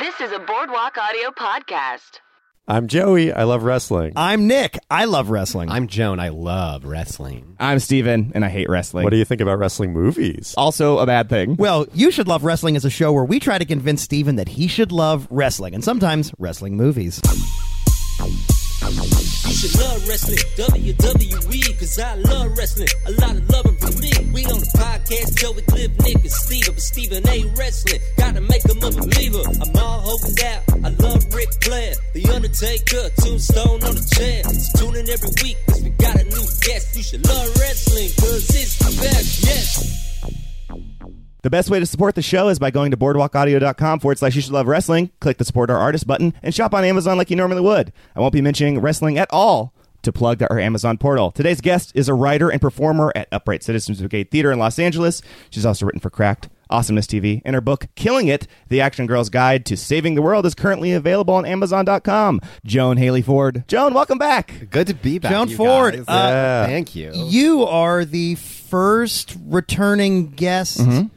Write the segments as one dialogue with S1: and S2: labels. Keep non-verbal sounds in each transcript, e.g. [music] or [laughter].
S1: This is a Boardwalk Audio podcast.
S2: I'm Joey. I love wrestling.
S3: I'm Nick. I love wrestling.
S4: I'm Joan. I love wrestling.
S5: I'm Steven, and I hate wrestling.
S2: What do you think about wrestling movies?
S5: also a bad thing.
S3: well, you should love wrestling is a show where we try to convince Steven that he should love wrestling and sometimes wrestling movies.
S6: You should love wrestling, WWE, cause I love wrestling. A lot of loving from me. We on the podcast, Joey Cliff, Nick, and Steve, but Steven ain't wrestling. Gotta make him a believer. I'm all hoping that I love Rick Flair, The Undertaker, Tombstone on the chair. So tune in every week, cause we got a new guest. You should love wrestling, cause it's the best, yes.
S5: The best way to support the show is by going to boardwalkaudio.com forward slash you should love wrestling, click the support our artist button, and shop on Amazon like you normally would. I won't be mentioning wrestling at all to plug our Amazon portal. Today's guest is a writer and performer at Upright Citizens Brigade Theater in Los Angeles. She's also written for Cracked, Awesomeness TV, and her book, Killing It, The Action Girl's Guide to Saving the World, is currently available on Amazon.com. Joan Haley Ford. Joan, welcome back.
S4: Good to be back.
S3: Joan
S4: you
S3: Ford,
S4: guys.
S3: uh,
S4: Yeah. Thank you.
S3: You are the first returning guest
S5: Mm-hmm.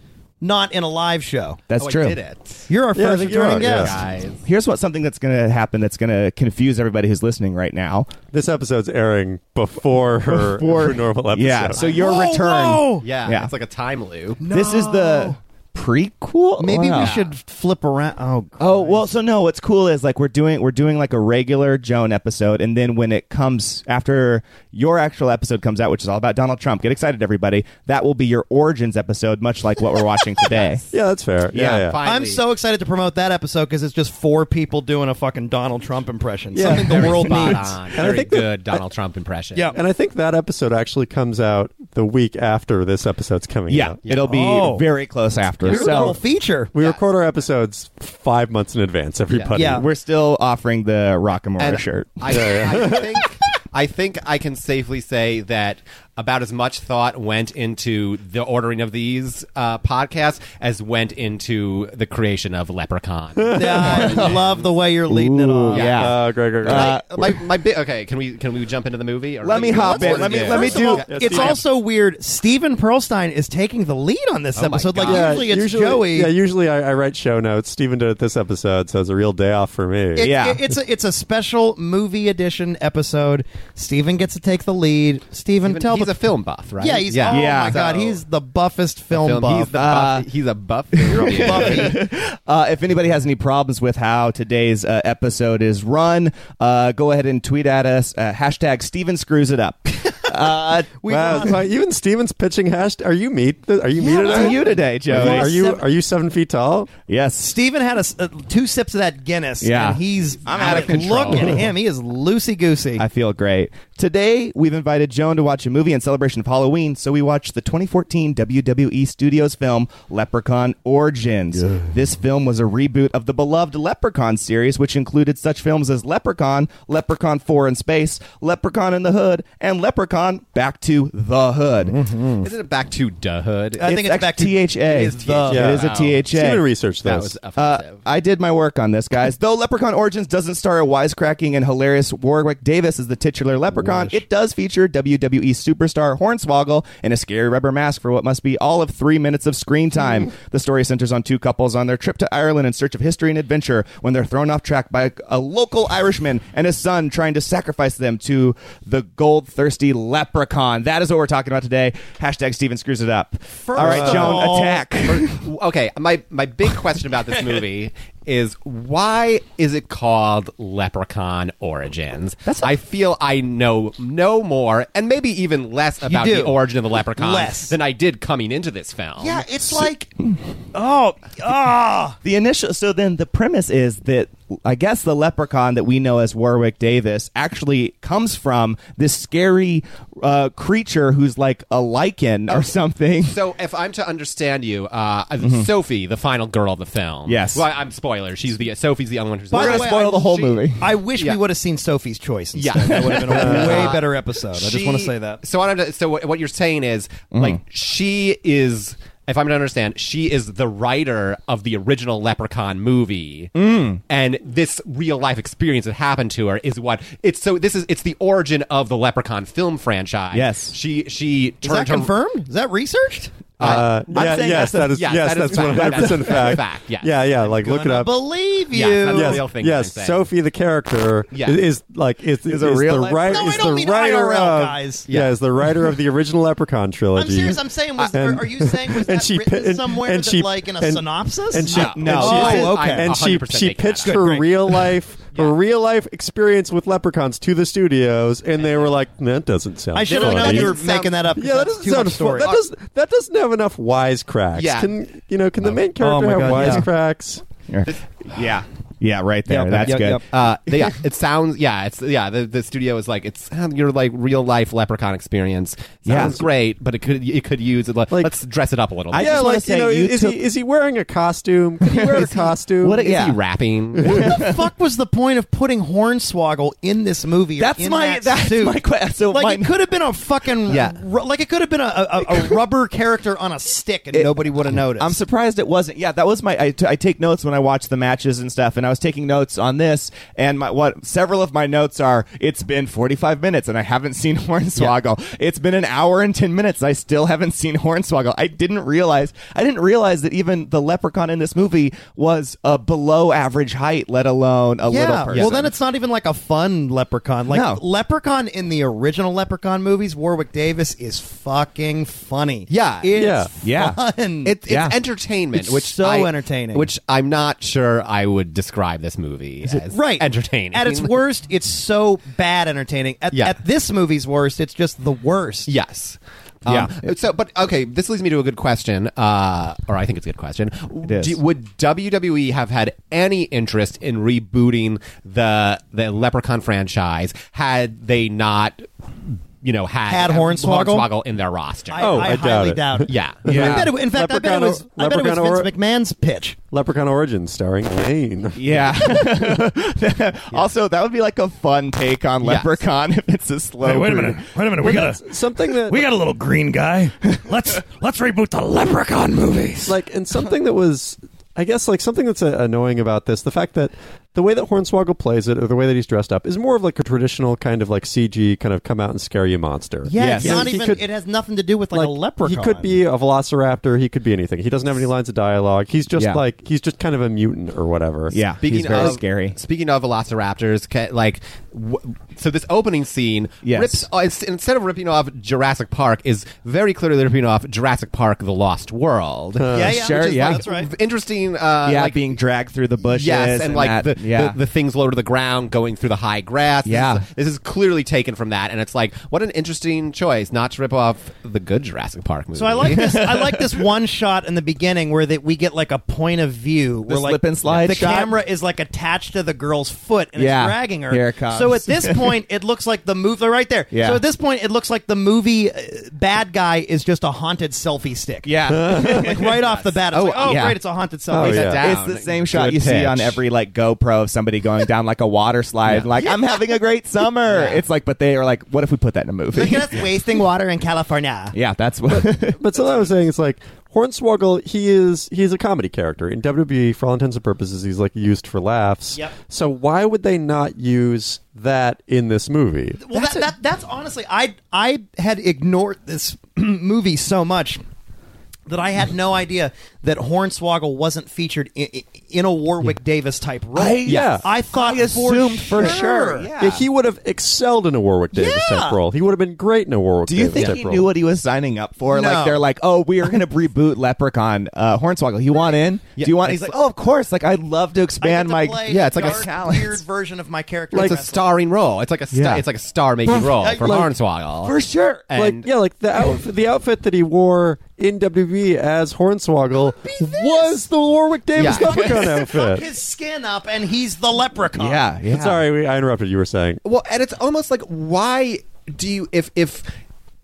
S3: not in a live show.
S5: That's
S4: oh, I
S5: true.
S4: did it.
S3: You're our
S2: Yeah, I
S3: first
S2: think you
S3: returning
S2: are, yeah.
S3: guest.
S4: Guys.
S5: Here's what something that's going to happen that's going to confuse everybody who's listening right now.
S2: This episode's airing before her, [laughs] her normal episode.
S5: Yeah, so your
S3: Whoa,
S5: return.
S3: whoa!
S4: Yeah,
S5: Yeah.
S4: It's like a time loop.
S5: This is the prequel.
S3: Maybe
S5: Wow.
S3: we should flip around. Oh,
S5: Oh well, so no. What's cool is like we're doing we're doing like a regular Joan episode, and then when it comes after your actual episode comes out, which is all about Donald Trump, get excited, everybody! That will be your origins episode, much like what we're watching
S3: [laughs]
S5: today.
S2: Yeah, that's fair. Yeah,
S5: Yeah,
S2: yeah.
S4: Finally.
S3: I'm so excited
S5: [laughs]
S3: to promote that episode because it's just four people doing a fucking Donald Trump impression.
S2: Yeah.
S3: Something the
S4: Very
S3: world
S4: spot
S3: needs.
S4: on.
S2: I
S4: Very
S2: think that-
S4: good Donald Trump impression.
S3: Yeah.
S2: And I think that episode actually comes out the week after this episode's coming
S5: Yeah,
S2: out.
S5: it'll be
S3: Oh.
S5: very close after.
S3: We were the whole
S5: So
S3: feature.
S2: We record our episodes five months in advance, everybody.
S3: Yeah.
S5: we're still offering the Rock and Roll
S4: And [laughs]
S5: shirt.
S4: I, I think I think I can safely say that about as much thought went into the ordering of these uh, podcasts as went into the creation of Leprechaun.
S3: Yeah, I love the way you're leading it
S5: Ooh,
S3: off.
S5: yeah.
S2: Uh, great, great, great.
S4: Uh, my my bit. Okay, can we can we jump into the movie? Or
S5: Let me hop in. Let me let me
S3: First of
S5: do.
S3: all, it's also weird. Steven Perlstein is taking the lead on this
S4: Oh my
S3: episode. Like
S4: God. Yeah,
S3: usually, it's Joey.
S2: Yeah, usually I, I write show notes. Steven did it this episode, so it's a real day off for me.
S3: It-
S5: Yeah.
S3: it- it's a, it's a special movie edition episode. Steven gets to take the lead. Steven,
S4: Even,
S3: tell
S4: he's
S3: the
S4: a film buff, right?
S3: yeah. He's
S5: Yeah.
S3: oh
S5: Yeah.
S3: my god,
S4: So-
S3: he's the buffest film,
S4: Film-
S3: buff. Uh,
S4: He's the buff. he's a buff.
S3: [laughs] Buffy.
S5: Uh, if anybody has any problems with how today's uh, episode is run, uh, go ahead and tweet at us. Uh, hashtag Steven screws it up. uh,
S3: We
S2: wow,
S3: lost-
S2: so even Steven's pitching hashtag. Are you meat? Are you
S5: yeah,
S2: meat
S5: what's
S2: today?
S5: with you today, Joey?
S2: Are you are you seven feet tall?
S5: yes.
S3: Steven had a s- uh, two sips of that Guinness.
S5: Yeah.
S3: and he's
S5: I'm out of control.
S3: Look at him; he is loosey goosey.
S5: I feel great. Today, we've invited Joan to watch a movie in celebration of Halloween, so we watched the 2014 WWE E Studios film Leprechaun Origins. This film was a reboot of the beloved Leprechaun series, which included such films as Leprechaun, Leprechaun 4 in Space, Leprechaun in the Hood, and Leprechaun Back to the Hood.
S4: Isn't it back to the hood?
S3: I think it's
S5: actually
S3: back to-
S5: THA.
S3: it is
S5: The-
S3: THA.
S5: It is a
S4: Wow.
S5: THA.
S2: Steven researched
S4: that
S2: this.
S4: was
S5: Uh,
S4: offensive.
S5: I did my work on this, guys. Though Leprechaun Origins doesn't star a wisecracking and hilarious Warwick Davis as the titular leprechaun, it does feature WWE superstar Hornswoggle in a scary rubber mask for what must be all of three minutes of screen time.
S3: Mm-hmm.
S5: the story centers on two couples on their trip to Ireland in search of history and adventure when they're thrown off track by a local Irishman and his son trying to sacrifice them to the gold thirsty leprechaun. That is what we're talking about today. Hashtag Steven screws it up. all right,
S3: of
S5: Joan,
S3: all- [laughs]
S5: attack.
S4: okay, my my big question about this movie is why is it called Leprechaun Origins? I feel I know no more and maybe even less about
S3: do.
S4: the origin of the leprechaun
S3: Less.
S4: than I did coming into this film.
S3: yeah, it's like oh ah.
S5: The initial, so then the premise is that I guess the leprechaun that we know as Warwick Davis actually comes from this scary uh, creature who's like a lichen
S3: Oh.
S5: or
S3: [laughs]
S5: something.
S4: So if I'm to understand you, uh, Sophie, the final girl of the film.
S5: Yes.
S4: Well, I'm spoiler. She's the Sophie's the only one who's.
S3: By
S5: We're
S3: the
S5: gonna
S3: way,
S5: spoil
S3: I-
S5: the whole
S4: she-
S5: movie.
S3: I wish
S4: Yeah.
S3: we would have seen Sophie's choice. Instead.
S4: Yeah.
S3: that would have been a [laughs] way
S4: Uh,
S3: better episode. I just
S4: she-
S3: want to say that.
S4: So what, I'm, so what what you're saying is, like, she is. If I'm to understand, she is the writer of the original Leprechaun movie, and this real life experience that happened to her is what it's. So this is it's the origin of the Leprechaun film franchise.
S5: Yes.
S4: she she
S3: Is that
S4: turned her-
S3: [laughs] confirmed? Is that researched?
S2: Uh,
S5: I'm
S2: yeah,
S5: saying
S2: yes,
S5: that's a-
S2: that is
S4: yes,
S2: yes,
S4: that is
S2: that's
S4: fact.
S2: one hundred percent
S4: [laughs] That's a
S2: fact.
S4: fact, yes.
S2: Yeah, yeah. Like look it up.
S3: Believe you.
S4: Yeah, that's a
S2: yes,
S4: real thing
S2: yes.
S4: that I'm saying.
S2: Sophie the character
S4: Yeah.
S2: is, is like is,
S5: Is
S2: is,
S5: a real
S2: the
S5: life-
S2: writer
S3: No, I
S2: is
S3: don't
S2: the
S3: mean
S2: writer
S3: IRL,
S2: of
S3: guys.
S2: yeah is the writer of the original Leprechaun
S3: I'm
S2: trilogy.
S3: serious. I'm saying, was,
S2: And-
S3: are you saying [laughs] was that written
S2: pi-
S3: somewhere
S2: and
S3: that,
S2: she-
S3: like in a
S2: and-
S3: synopsis?
S2: And she,
S4: No.
S2: and
S4: No.
S2: she-
S5: Oh, okay.
S2: And she
S4: 100%
S2: she
S4: making that
S2: pitched
S4: up.
S2: her real life her real life experience with leprechauns to the studios, and they were like, "That doesn't sound."
S3: I should have
S2: funny."
S3: known you were
S4: doesn't sound-
S3: making that up.
S2: Yeah, that doesn't
S3: too
S2: sound
S3: much story.
S2: story. That
S3: [laughs]
S2: does that doesn't have enough wisecracks.
S4: Yeah.
S2: Can you know? Can the main character
S5: my
S2: have
S5: God, yeah.
S2: wisecracks?
S4: yeah.
S5: Yeah, right there.
S3: Yep,
S5: That's
S3: yep,
S5: good.
S3: yep.
S4: Uh, yeah, it sounds. Yeah, it's yeah. The, the studio is like it's uh, your like real life leprechaun experience.
S5: Yeah.
S4: Sounds great, but it could it could use it. Like,
S2: Like-
S4: let's dress it up a little.
S5: I
S4: bit.
S5: just
S2: yeah,
S5: wanna
S2: like
S5: say
S2: you know,
S5: you
S2: is
S5: took-
S2: he is he wearing a costume? [laughs] Can he wear a costume?
S5: what a-
S4: is
S5: yeah.
S4: he
S3: [laughs]
S4: rapping?
S3: What the fuck was the point of putting Hornswoggle in this movie? or
S5: That's
S3: in
S5: my-
S3: that
S5: that's
S3: suit?
S5: my que- so
S3: like
S5: my-
S3: it could have been a fucking
S5: Yeah.
S3: ru- like it could have been a, a, [laughs] a rubber character on a stick and nobody would have noticed.
S5: I'm surprised it wasn't. Yeah, that was my. I, t- I take notes when I watch the matches and stuff, and I was taking notes on this. And my what several of my notes are. It's been 45 minutes, and I haven't seen [laughs] Hornswoggle. It's been an hour and 10 minutes, and I still haven't seen Hornswoggle. I didn't realize. I didn't realize that even the leprechaun in this movie was a below average height, let alone a little
S3: yeah,
S5: person.
S3: well then it's not even like a fun leprechaun. Like
S5: No.
S3: leprechaun in the original leprechaun movies, Warwick Davis is fucking funny.
S4: Yeah,
S2: yeah,
S3: it's
S5: yeah.
S3: fun.
S4: It, it's
S5: Yeah.
S4: entertainment,
S3: It's
S4: which
S3: so
S4: I-
S3: entertaining.
S4: Which I'm not sure I would describe this movie as
S3: right
S4: entertaining. [laughs]
S3: At its worst, it's so bad entertaining. At,
S4: Yeah.
S3: at this movie's worst, it's just the worst.
S4: Yes. Um,
S5: Yeah.
S4: So, but okay, this leads me to a good question, uh, or I think it's a good question.
S5: is.
S4: Do- would WWE have had any interest in rebooting the the Leprechaun franchise had they not, you know, had,
S3: Had Hornswoggle?
S4: in their roster?
S3: I,
S2: Oh,
S3: I,
S2: I doubt
S3: highly
S2: it.
S3: doubt it.
S4: yeah.
S5: [laughs] Yeah.
S3: I bet it, in fact, I bet it was. I bet it was
S2: Leprechaun
S3: Vince
S2: or-
S3: McMahon's pitch.
S2: Leprechaun Origins starring [laughs] Lane.
S5: Yeah. Also, that would be like a fun take on
S4: Yes.
S5: Leprechaun if it's a slow.
S7: Hey, wait a
S5: burn.
S7: minute. Wait a minute. We got
S2: [laughs]
S7: a
S2: Something that
S7: we got a little
S2: [laughs]
S7: green guy. Let's let's reboot the Leprechaun movies.
S2: like [laughs] and something that was i guess like something that's uh, annoying about this the fact that the way that hornswoggle plays it or the way that he's dressed up is more of like a traditional kind of like cg kind of come out and scare you monster
S3: Yeah, it's
S5: Yes.
S3: not
S2: He
S3: even.
S2: could-
S3: it has nothing to do with like, a leprechaun.
S2: he could be a velociraptor he could be anything he doesn't have any lines of dialogue he's just
S5: Yeah.
S2: like he's just kind of a mutant or whatever
S5: Yeah.
S4: Speaking
S5: He's very
S4: of
S5: scary.
S4: Speaking of Velociraptors, ca- like w- so, this opening scene
S5: Yes.
S4: rips uh, it's- instead of ripping off Jurassic Park is very clearly ripping off Jurassic Park: The Lost World.
S3: Yeah, yeah,
S5: Sure,
S3: which is-
S5: yeah.
S3: That's right.
S4: Interesting. Uh,
S5: yeah,
S4: like,
S5: being dragged through the bushes.
S4: Yes, and, like
S5: that-
S4: the,
S5: yeah.
S4: the the things lower to the ground, going through the high grass. This
S5: Yeah.
S4: is- this is clearly taken from that, and it's like what an interesting choice not to rip off the good Jurassic Park movie.
S3: So I like this. I
S5: [laughs]
S3: like this one shot in the beginning where that we get like a point of view. where like
S5: slip and slide
S3: The
S5: shot?
S3: camera is like attached to the girl's foot and
S5: Yeah.
S3: it's dragging her.
S5: Here it comes.
S3: So at
S5: [laughs]
S3: this point, it looks like the movie right there.
S5: Yeah.
S3: So at this point, it looks like the movie uh, bad guy is just a haunted selfie stick.
S5: yeah.
S3: [laughs] Like right off the bat, it's oh, like, oh
S5: yeah.
S3: great, it's a haunted selfie.
S2: Oh,
S3: stick.
S2: yeah.
S5: It's the same shot you see on every like GoPro of somebody going down like a water slide. Like I'm having a great summer. It's like, but they are like, what if we put that in a
S3: Look
S5: movie?
S3: at us wasting water in California.
S5: [laughs] yeah, that's what.
S2: but something I was saying is like Hornswoggle. He is he is a comedy character in WWE for all intents and purposes. He's like used for laughs.
S3: Yep.
S2: So why would they not use that in this movie?
S3: Well, that, that that's honestly, I I had ignored this [clears throat] movie so much that I had no idea that Hornswoggle wasn't featured in, in a Warwick Davis type role.
S2: I- yeah.
S3: I thought
S5: I
S3: for,
S5: assumed
S3: sure.
S5: for sure, yeah.
S2: Yeah, he would have excelled in a Warwick Davis
S3: Yeah.
S2: type role. He would have been great in a Warwick
S5: Do [laughs] you
S2: Davis
S5: think
S2: type
S5: he
S2: role.
S5: knew what he was signing up for? Like
S3: No.
S5: they're like, oh, we are [laughs] going to reboot Leprechaun, uh, Hornswoggle. You want in? Do you want? He's like, oh, of course. Like I'd love to
S3: I get
S5: expand
S3: to
S5: my.
S3: play
S5: yeah, it's like
S3: dark,
S5: a talent.
S3: weird version of my character.
S4: It's a
S3: in wrestling.
S4: starring role. It's like a star,
S5: Yeah.
S4: it's like a star making role for
S2: like-
S5: [laughs]
S4: Hornswoggle.
S5: for sure.
S2: like
S4: and-
S2: yeah, like the outfit, the outfit that he wore in WWE as Hornswoggle was the Warwick Davis
S4: Yeah.
S2: leprechaun
S3: [laughs] Fuck
S2: outfit.
S3: his skin up, and he's the
S5: [laughs]
S3: leprechaun.
S5: yeah, yeah.
S2: Sorry, we, I interrupted. You were saying
S4: Well, and it's almost like why do you if if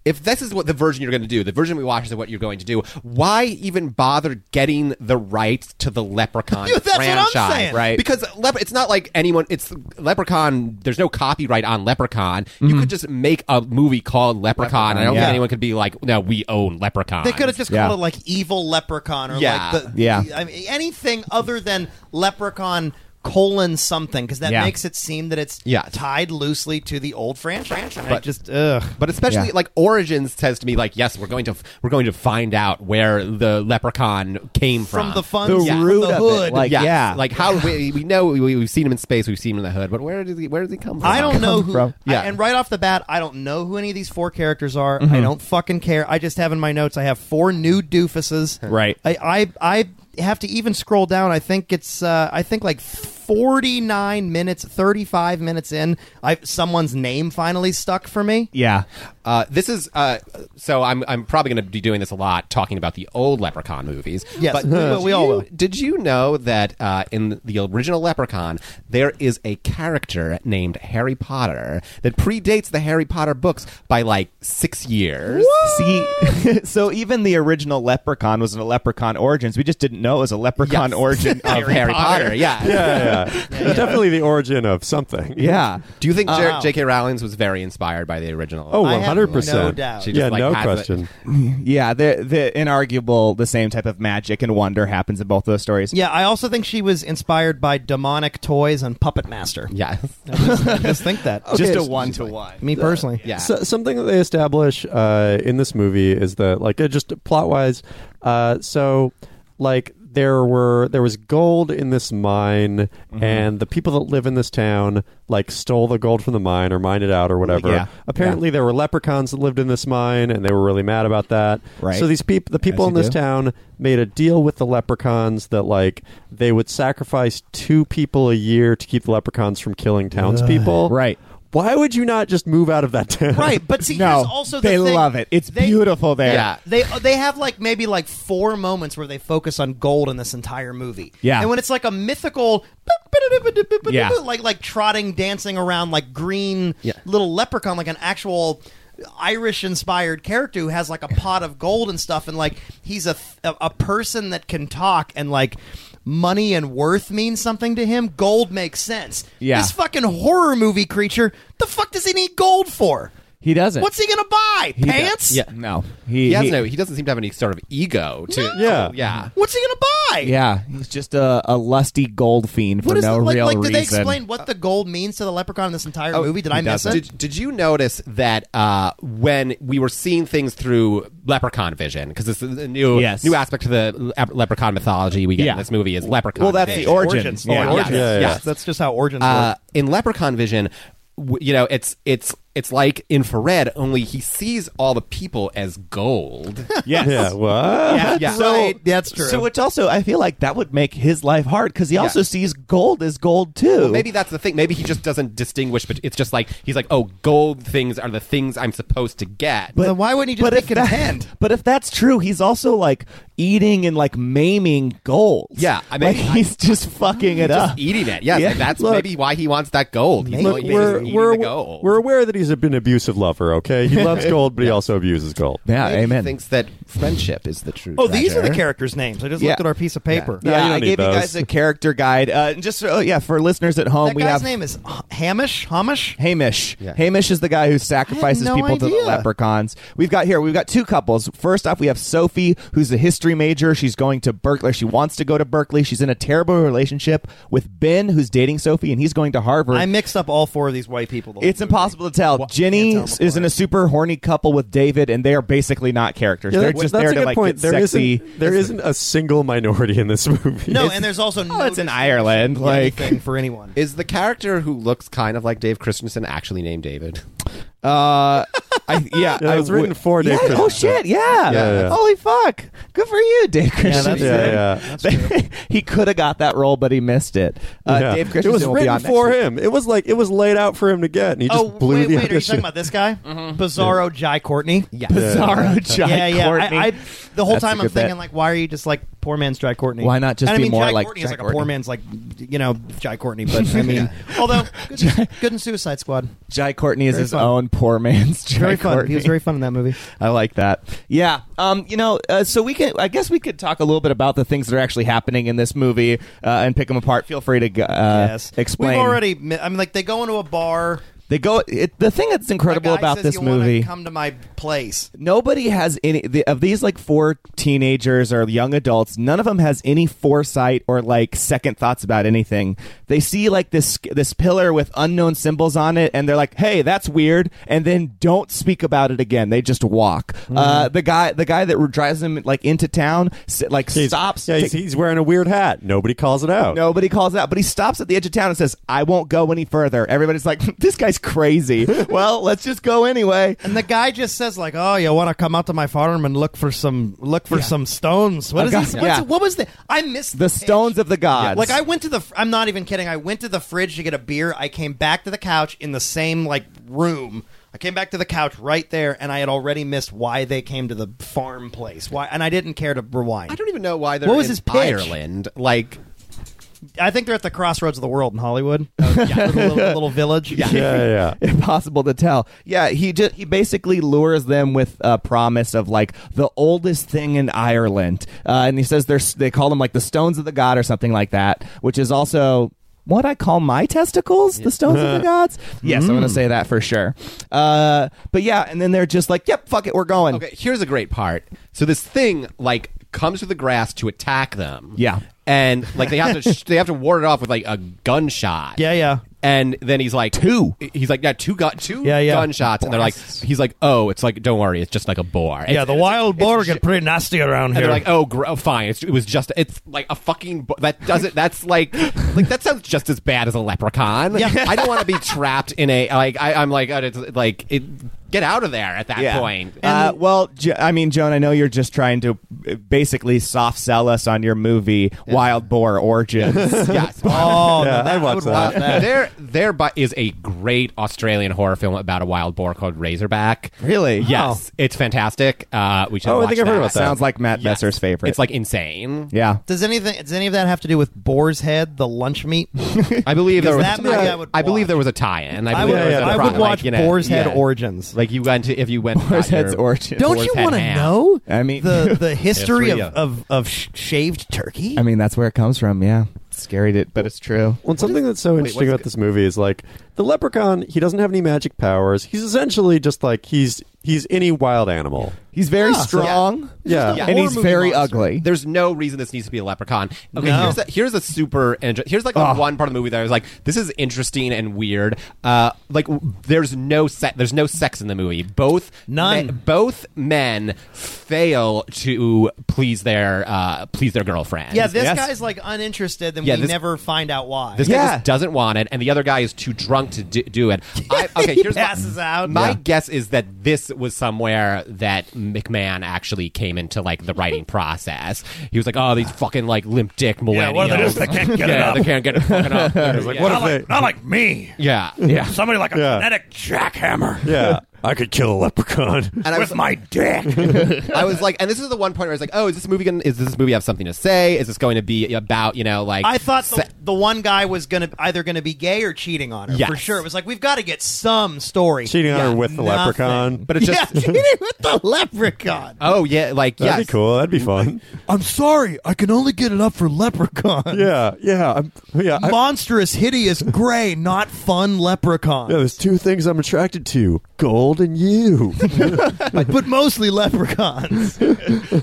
S4: if this is what the version you're going to do, the version we watch is what you're going to do. Why even bother getting the rights to the Leprechaun
S3: Yeah, [laughs] that's what I'm
S4: franchise?
S3: saying.
S5: Right.
S4: Because lepre- it's not like anyone. It's Leprechaun. There's no copyright on Leprechaun.
S3: Mm-hmm.
S4: You could just make a movie called Leprechaun. and I don't
S5: yeah.
S4: think anyone could be like, no, we own Leprechaun.
S3: They could have just
S5: Yeah.
S3: called it like evil leprechaun or
S4: Yeah.
S3: like the,
S5: Yeah.
S3: the- I mean, anything other than leprechaun colon something because that
S4: Yeah.
S3: makes it seem that it's
S4: Yeah.
S3: tied loosely to the old franchise. But just ugh.
S4: But especially
S5: Yeah.
S4: like Origins says to me like, yes, we're going to we're going to find out where the leprechaun came from
S3: From the fun, the
S4: Yeah.
S5: root
S3: from the
S5: of it,
S4: [laughs]
S3: hood.
S5: like,
S4: yeah,
S5: yeah.
S4: like how we, we know we, we've seen him in space, we've seen him in the hood, but where did he where did he come from?
S3: I don't know who.
S5: from?
S3: I-
S4: Yeah.
S3: and right off the bat, I don't know who any of these four characters are.
S5: Mm-hmm.
S3: I don't fucking care. I just have in my notes. I have four new doofuses.
S5: [laughs] Right.
S3: I I, I have to even scroll down. I think it's uh, I think like forty nine minutes, thirty five minutes in. I someone's name finally stuck for me.
S5: Yeah.
S4: [laughs] Uh, this is uh, so I'm I'm probably going to be doing this a lot, talking about the old Leprechaun movies.
S3: Yes,
S4: but
S3: [laughs] we will- we all
S4: you-
S3: will.
S4: Did you know that uh, in the original Leprechaun there is a character named Harry Potter that predates the Harry Potter books by like six years?
S5: See, [laughs] so even the original Leprechaun was in a Leprechaun Origins. We just didn't know it was a Leprechaun [laughs]
S4: Yes.
S5: origin
S4: of Harry, Potter.
S3: [laughs]
S5: [laughs]
S4: Yeah.
S2: yeah, yeah. Definitely the origin of something.
S3: [laughs]
S5: Yeah.
S4: Do you think Jer-
S3: wow.
S4: J.K. Rowling's was very inspired by the original?
S2: Oh,
S3: I
S2: one
S3: have
S2: hundred percent.
S3: no doubt. She
S4: just,
S2: yeah,
S4: like,
S2: no
S4: has it.
S2: question.
S5: [laughs] Yeah, the the inarguable the same type of magic and wonder happens in both those stories.
S3: Yeah, I also think she was inspired by demonic toys and
S5: [laughs]
S3: Puppet Master.
S4: yes.
S3: I just think that.
S5: Just a one to one.
S3: me personally.
S4: Yeah.
S2: So, something that they establish uh, in this movie is that, like, uh, just plot wise, uh, so like there were there was gold in this mine,
S5: Mm-hmm.
S2: and the people that live in this town like stole the gold from the mine or mined it out or whatever.
S5: Yeah.
S2: Apparently, there were leprechauns that lived in this mine, and they were really mad about that.
S5: Right.
S2: So these people, the people
S5: As
S2: in
S5: you
S2: this
S5: do.
S2: town, made a deal with the leprechauns that like they would sacrifice two people a year to keep the leprechauns from killing townspeople.
S5: Right.
S2: Why would you not just move out of that town? [laughs]
S3: Right, but see,
S5: [laughs] No,
S3: here's also the
S5: they
S3: thing.
S5: love it. It's
S3: They-
S5: beautiful there.
S4: Yeah.
S3: They uh, they have like maybe like four moments where they focus on gold in this entire movie.
S5: Yeah.
S3: and when it's like a mythical,
S5: Yeah.
S3: like like trotting, dancing around like green
S4: Yeah.
S3: little leprechaun, like an actual Irish inspired character who has like a pot of gold and stuff, and like he's a th- a, a person that can talk and like. Money and worth mean something to him. Gold makes sense.
S5: Yeah.
S3: This fucking horror movie creature. The fuck does he need gold for?
S5: He doesn't.
S3: What's he gonna buy?
S5: He does-
S3: Pants?
S5: Yeah. No. He,
S4: He has no. He doesn't seem to have any sort of ego. To
S2: Yeah.
S4: yeah.
S3: What's he gonna buy?
S5: Yeah, he's just a, a lusty gold fiend for
S3: What is
S5: no
S3: the, like,
S5: real
S3: like,
S5: reason. Oh,
S3: Did they explain what the gold means to the leprechaun in this entire movie? Did I miss it?
S4: Did, did you notice that uh, when we were seeing things through leprechaun vision, because it's a new
S5: Yes.
S4: new aspect to the lep- leprechaun mythology we get
S5: Yeah.
S4: in this movie is leprechaun.
S5: Well, that's the
S4: vision.
S5: origin.
S3: Origins.
S5: Yeah.
S4: Oh, origins.
S2: Yeah, yeah, yeah.
S4: Yes.
S3: That's just how origins
S4: Uh,
S3: work.
S4: in leprechaun vision, w- you know, it's it's it's like infrared. Only he sees all the people as
S5: [laughs]
S4: gold.
S5: Yes.
S2: Yeah. What?
S4: yeah.
S5: So-
S3: Right, that's true.
S5: So it's also, I feel like that would make his life hard because he also sees gold as gold too.
S4: Maybe that's the thing. Maybe he just doesn't distinguish. But it's just like he's like, oh, gold things are the things I'm supposed to get.
S3: Then why wouldn't he just
S5: but
S3: be
S5: if that-
S3: content?
S5: [laughs] but if that's true, he's also like eating and like maiming gold.
S4: Yeah, I mean,
S5: like, he's
S4: [laughs]
S5: just fucking it up.
S4: eating it. Yes,
S5: Yeah.
S4: and that's
S2: Look.
S4: maybe why he wants that gold. He's
S2: Look,
S4: only
S2: we're,
S4: eating
S2: we're,
S4: the gold.
S2: we're aware that he's a- an abusive lover, okay? He loves gold, but he also abuses gold.
S5: yeah,
S4: Maybe he
S5: amen.
S4: thinks that friendship is the truth.
S3: Oh, these are the
S4: characters.
S3: characters' names. I just
S5: Yeah.
S3: looked at our piece of paper.
S2: you
S5: yeah,
S2: don't
S5: I
S2: need
S5: gave
S2: those.
S5: you guys a character guide. Uh, and just so, yeah, for listeners at home,
S3: That
S5: we
S3: guy's
S5: have
S3: name is H- Hamish. Hamish.
S5: Hamish.
S4: Yeah.
S5: Hamish is the guy who sacrifices
S3: no
S5: people to the
S3: idea.
S5: leprechauns. We've got here, we've got two couples. First off, we have Sophie, who's a history major. She's going to Berkeley. She wants to go to Berkeley. She's in a terrible relationship with Ben, who's dating Sophie, and he's going to Harvard.
S3: I mixed up all four of these white people. the whole
S5: it's
S3: movie.
S5: impossible to tell. Jenny
S3: can't tell
S5: is in a super horny couple with David, and they are basically not characters.
S2: Yeah,
S5: They're
S2: that-
S5: just
S2: that's
S5: there
S2: a
S5: to
S2: good
S5: like
S2: point.
S5: get
S2: There
S5: sexy.
S2: not there isn't a single minority in this [laughs] movie.
S3: No,
S2: It's-
S3: and there's also
S5: Oh,
S3: no.
S5: it's in Ireland. Like,
S3: anything for anyone.
S4: Is the character who looks kind of like Dave Christensen actually named David?
S5: Uh, I, yeah,
S2: [laughs] Yeah, it
S5: I
S2: was written
S5: would-
S2: for Dave
S5: Yeah, Oh
S2: Christensen.
S5: shit! Yeah.
S2: Yeah, yeah.
S5: Holy fuck! Good for you, Dave Christensen. [laughs]
S2: yeah,
S5: he could have got that role, but he missed it. Uh,
S2: yeah.
S5: Dave
S2: it
S5: Christensen
S2: was
S5: will
S2: written
S5: be on next
S2: for
S5: week.
S2: him. It was like it was laid out for him to get, and he just
S3: oh
S2: blew
S3: wait,
S2: the
S3: wait. Are you
S2: audition.
S3: talking about this guy? Bizarro Jai Courtney. Yeah.
S5: Bizarro Jai
S3: yeah, yeah.
S5: Courtney.
S3: I, I, the whole
S5: That's a
S3: time I'm
S5: good bet.
S3: thinking, like, why are you just like poor man's Jai Courtney?
S5: Why not just
S3: and
S5: be
S3: I mean,
S5: more
S3: Jai
S5: like
S3: Courtney
S5: Jai
S3: is like a poor
S5: Courtney?
S3: man's like you know Jai Courtney,
S5: [laughs]
S3: but I mean, although good, good in Suicide Squad,
S5: Jai Courtney is
S3: Very
S5: his
S3: fun.
S5: own poor man's Jai
S3: very fun.
S5: Courtney.
S3: He was very fun in that movie.
S5: I like that. Yeah. Um. You know. Uh, so we can. I guess we could talk a little bit about the things that are actually happening in this movie uh, and pick them apart. Feel free to uh,
S3: yes,
S5: explain.
S3: We've already. mi- I mean, like they go into a bar.
S5: They go. It, the thing that's
S3: A
S5: incredible
S3: guy
S5: about
S3: says
S5: this
S3: you wanna
S5: movie.
S3: Come to my place.
S5: nobody has any the, of these like four teenagers or young adults none of them has any foresight or like second thoughts about anything they see like this this pillar with unknown symbols on it and they're like hey that's weird and then don't speak about it again they just walk
S2: Mm-hmm.
S5: uh, the guy the guy that drives them like into town s- like
S2: He's-
S5: stops
S2: Yeah, he's,
S5: ta-
S2: he's wearing a weird hat. Nobody calls it out.
S5: Nobody calls it out, but he stops at the edge of town and says, "I won't go any further." Everybody's like, [laughs] "This
S2: [laughs]
S5: guy's crazy." well, let's just go anyway.
S3: And the guy just says like, "Oh, you want to come out to my farm and look for some look for some stones." What is
S5: I've
S3: he?
S5: got-
S3: what's-
S5: yeah.
S3: What was the? I missed
S5: The stones of the gods.
S3: Like I went to the. fr- I'm not even kidding. I went to the fridge to get a beer. I came back to the couch in the same like room. I came back to the couch right there, and I had already missed why they came to the farm place. Why? And I didn't care to rewind.
S4: I don't even know why they're
S3: What was
S4: in
S3: his pitch?
S4: Ireland. Like, e
S3: I think they're at the crossroads of the world
S4: [laughs]
S3: in Hollywood. Oh, little, little, little village.
S2: Yeah, yeah,
S5: [laughs]
S2: yeah.
S5: impossible to tell. Yeah, he just he basically lures them with a promise of like the oldest thing in Ireland, uh, and he says they're they call them like the stones of the god or something like that, which is also. What I call my testicles, the stones of the
S7: [laughs]
S5: gods. Yes, I'm going
S7: Mm.
S5: to say that for sure. Uh, but yeah, and then they're just like, "Yep, fuck it, we're going."
S4: okay, here's a great part. So this thing like comes through the grass to attack them.
S5: Yeah.
S4: and like they have to
S3: [laughs]
S4: sh- they have to ward it off with like a gunshot.
S3: Yeah, yeah.
S4: And then he's like two. He's like yeah, two gun two
S3: Yeah, yeah.
S4: gunshots, and they're like he's like oh, it's like don't worry, it's just like a boar. It's-
S7: the wild boar get pretty nasty around
S4: And they're like, "Oh, gr- oh, fine. It's, it was just. It's like a fucking. bo- That doesn't. That's like, like that sounds just as bad as a leprechaun. I don't want to be trapped in a like. I, I'm like, uh, it's, like, it, get out of there at that
S5: Yeah.
S4: point.
S5: Uh, well, jo- I mean, Joan, I know you're just trying to uh, basically soft sell us on your movie Wild Boar Origins.
S4: yes. Uh,
S3: Oh, no,
S2: Yeah,
S3: that-
S2: I'd watch
S3: would
S2: that.
S3: watch that.
S4: there, there, but is a great Australian horror film about a wild boar called Razorback.
S5: [laughs] Really?
S4: Yes, it's fantastic. Uh, we should.
S2: Oh, I
S4: watch
S2: think I've heard about that.
S5: Sounds like Matt
S4: Yes.
S5: Besser's favorite.
S4: It's like insane.
S5: yeah.
S3: Does anything? Does any of that have to do with Boar's Head, the lunch meat?
S4: I believe there was.
S3: Because that movie I would
S4: I believe
S3: watch.
S4: there was a tie-in. I,
S3: I
S4: believe
S3: would,
S4: there was a
S3: I
S4: product,
S3: would watch
S4: like, you know,
S3: Boar's Head
S4: yeah.
S3: Origins.
S4: Like you went to if you
S3: [laughs]
S4: went
S5: Boar's
S4: got your-
S5: Head's origin.
S3: Don't
S4: Boar's
S3: you
S4: Head
S3: want to
S4: ham.
S3: know?
S5: I mean- [laughs]
S3: the the history of
S4: yeah.
S3: of, of sh- shaved turkey.
S5: I mean, that's where it comes from. Yeah, scary, to, but it's true.
S2: Well, something that's so interesting about this movie is like the leprechaun. He doesn't have any magic powers. He's essentially just like he's he's any wild animal.
S5: He's very strong,
S2: Yeah, yeah.
S5: and
S4: Horror
S5: he's
S4: movie
S5: very
S4: monster.
S5: ugly.
S4: There's no reason this needs to be a leprechaun. Okay,
S3: No.
S4: here's, a, here's a super. inter- Here's like the one part of the movie that I was like, this is interesting and weird. Uh, like w- there's no se- There's no sex in the movie. Both
S3: None.
S4: me- both men fail to please their uh, please their girlfriend.
S3: yeah, this
S5: Yes.
S3: guy's like uninterested, and
S4: Yeah,
S3: we
S4: this-
S3: never find out why.
S4: This guy
S5: Yeah.
S4: just doesn't want it, and the other guy is too drunk to do, do it. I, okay,
S3: He
S4: here's my-
S3: passes out.
S4: My
S3: Yeah.
S4: guess is that this was somewhere that McMahon actually came into like the writing process. He was like, "Oh, these fucking like limp dick millennials.
S7: Yeah, what do they do?
S4: [laughs]
S7: They can't get it
S4: Yeah,
S7: up.
S4: they can't get it fucking up. yeah.
S2: what if
S7: not, like,
S2: they-
S7: not like me.
S4: yeah,
S7: Somebody like a
S2: Yeah.
S7: genetic jackhammer.
S2: Yeah.
S7: I could kill a leprechaun [laughs]
S4: I
S7: with
S4: was-
S7: my
S3: [laughs]
S7: dick.
S4: I was like, and this is the one point where I was like, "Oh, is this movie gonna? Is this movie have something to say? Is this going to be about you know like
S3: I thought the,
S4: se-
S3: the one guy was gonna either gonna be gay or cheating on her
S4: Yes.
S3: for sure. It was like we've got to get some story.
S2: [laughs] Cheating on
S3: Yeah,
S2: her with the
S3: nothing.
S2: leprechaun.
S4: But it's
S3: [laughs] yeah,
S4: just
S3: cheating with the leprechaun.
S4: oh yeah, like
S2: that'd
S4: yeah,
S2: be cool. That'd be fun.
S7: I'm sorry, I can only get it up for leprechaun.
S2: Yeah, yeah, I'm, yeah. I-
S3: Monstrous, hideous, gray, not fun leprechaun.
S2: yeah, [laughs] there's two things I'm attracted to: gold and you.
S3: but mostly leprechauns.
S5: [laughs]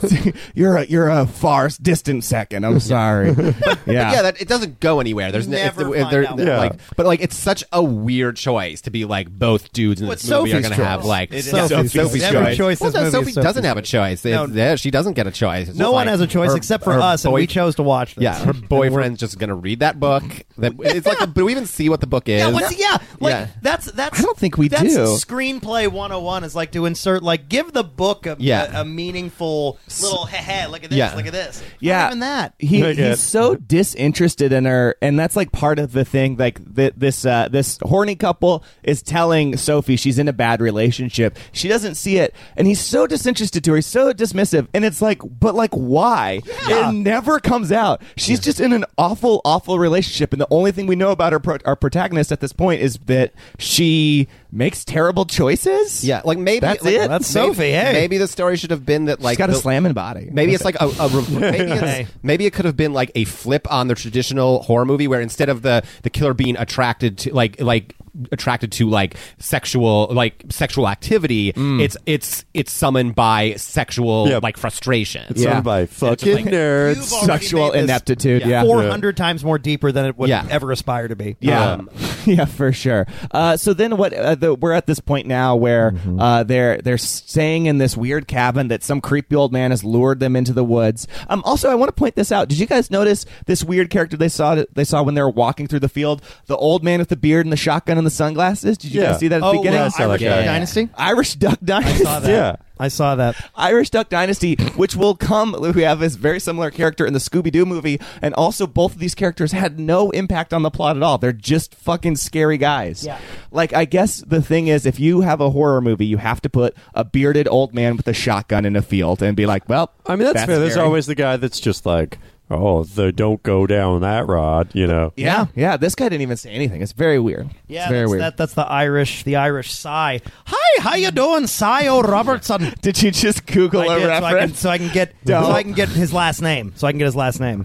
S5: you're a you're a far distant second. I'm sorry.
S4: [laughs]
S5: yeah,
S4: yeah, that it doesn't go anywhere. There's no, it's,
S3: Never
S4: the-
S3: find
S4: there-
S3: out.
S2: Yeah.
S4: like, but like it's such a weird choice to be like both dudes in
S3: What's
S4: this movie are
S3: Sophie's
S4: going to
S3: choice?
S4: have like
S3: It is
S4: Yeah,
S3: Sophie's choice. Every choice
S4: Well,
S3: this
S4: no, Sophie
S3: movie is
S4: doesn't
S3: Sophie's
S4: have a choice. It's-
S3: No.
S4: yeah, she doesn't get a choice. It's
S3: No
S4: just,
S3: one
S4: like,
S3: has a choice
S4: her-
S3: except for
S4: her
S3: us, and
S4: boy-
S3: we chose to watch
S4: [laughs]
S3: this.
S4: Yeah,
S3: [laughs]
S4: her boyfriend's just going to read that book. That it's like, a, do we even see what the book is?
S3: Yeah, what's, yeah, like
S4: Yeah.
S3: that's that's.
S5: I don't think we
S3: that's
S5: do.
S3: Screenplay 101 is like to insert, like, give the book a,
S4: Yeah.
S3: a, a meaningful little. Heh heh, look at this,
S4: Yeah.
S3: look at this. Not
S5: Yeah.
S3: even that.
S5: He,
S3: [laughs]
S2: Like
S5: he's
S2: it.
S5: so disinterested in her, and that's like part of the thing. Like th- this, uh, this horny couple is telling Sophie she's in a bad relationship. She doesn't see it, and he's so disinterested to her. He's so dismissive, and it's like, but like, why? It never comes out. She's just in an awful, awful relationship, and the only thing we know about her, pro- our protagonist at this point, is that she makes terrible choices.
S4: Yeah, like maybe
S5: That's
S4: like,
S5: it?
S3: That's
S4: maybe-
S3: Sophie, hey.
S4: maybe the story should have been that like
S5: she's got a
S4: the-
S5: slamming body.
S4: Maybe it's like a, a re- maybe, it's, maybe it could have been like a flip on the traditional horror movie where instead of the the killer being attracted to like like attracted to like sexual like sexual activity. It's it's it's summoned by sexual
S2: Yeah.
S4: like frustration.
S2: It's
S5: Yeah.
S2: owned by
S4: just like-
S2: fucking nerds.
S3: You've already
S5: Sexual
S3: made this
S5: ineptitude, yeah.
S3: 400 times more deeper than it would
S4: Yeah.
S3: ever aspire to be.
S5: Yeah,
S2: Um,
S5: [laughs] yeah, for sure. Uh, so then, what? Uh, the, we're at this point now where
S2: Mm-hmm.
S5: uh, they're they're staying in this weird cabin that some creepy old man has lured them into the woods. Um, also, I want to point this out. Did you guys notice this weird character they saw they saw when they were walking through the field? The old man with the beard and the shotgun and the sunglasses. Did you
S2: Yeah.
S5: guys see that at the
S3: Oh,
S5: beginning?
S2: yeah, I saw that
S3: Irish
S2: guy.
S3: Duck Dynasty?
S5: Irish Duck
S3: Uh, I
S5: Dynasty.
S3: saw that.
S2: Yeah.
S3: I saw that.
S5: Irish Duck Dynasty, which will come. We have this very similar character in the Scooby Doo movie, and also both of these characters had no impact on the plot at all. They're just fucking scary guys.
S3: Yeah.
S5: Like, I guess the thing is, if you have a horror movie, you have to put a bearded old man with a shotgun in a field and be like, well,
S2: I mean, that's, fair. There's
S5: scary.
S2: always the guy that's just like, oh, they don't go down that rod, you know.
S5: Yeah, yeah. This guy didn't even say anything. It's very weird.
S3: Yeah,
S5: it's very
S3: that's,
S5: weird.
S3: That, that's the Irish, the Irish sigh. Hi, how you doing, Sigh O Robertson?
S5: Did you just Google
S3: I
S5: a
S3: did, so, I can,
S5: reference?
S3: so I can get
S5: Don't.
S3: so I can get his last name. So I can get his last name.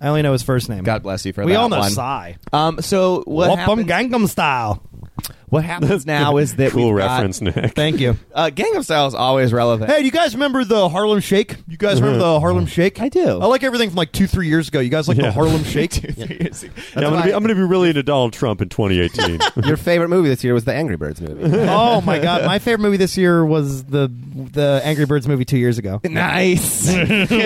S3: I only know his first name.
S5: God bless you for
S3: we
S5: that
S3: all know
S5: one.
S3: Psy.
S5: um, so what
S3: Whoppum
S5: happens,
S3: Gangnam Style.
S5: what happens now is that
S2: Cool
S5: we've got-
S2: reference, Nick.
S3: Thank you.
S5: Uh, Gang of Style is always relevant.
S3: Hey, do you guys remember the Harlem Shake? You guys remember the Harlem Shake?
S5: Mm-hmm. I do.
S3: I like everything from like two, three years ago. You guys like the
S2: Yeah.
S5: [laughs]
S3: Harlem Shake?
S2: Yeah, I'm gonna be I'm gonna be really into Donald Trump in 2018.
S4: Your favorite movie this year was the Angry Birds
S3: [laughs]
S4: movie.
S3: oh my god, my favorite movie this year was the the Angry Birds movie two years ago.
S5: Nice. [laughs] Oh,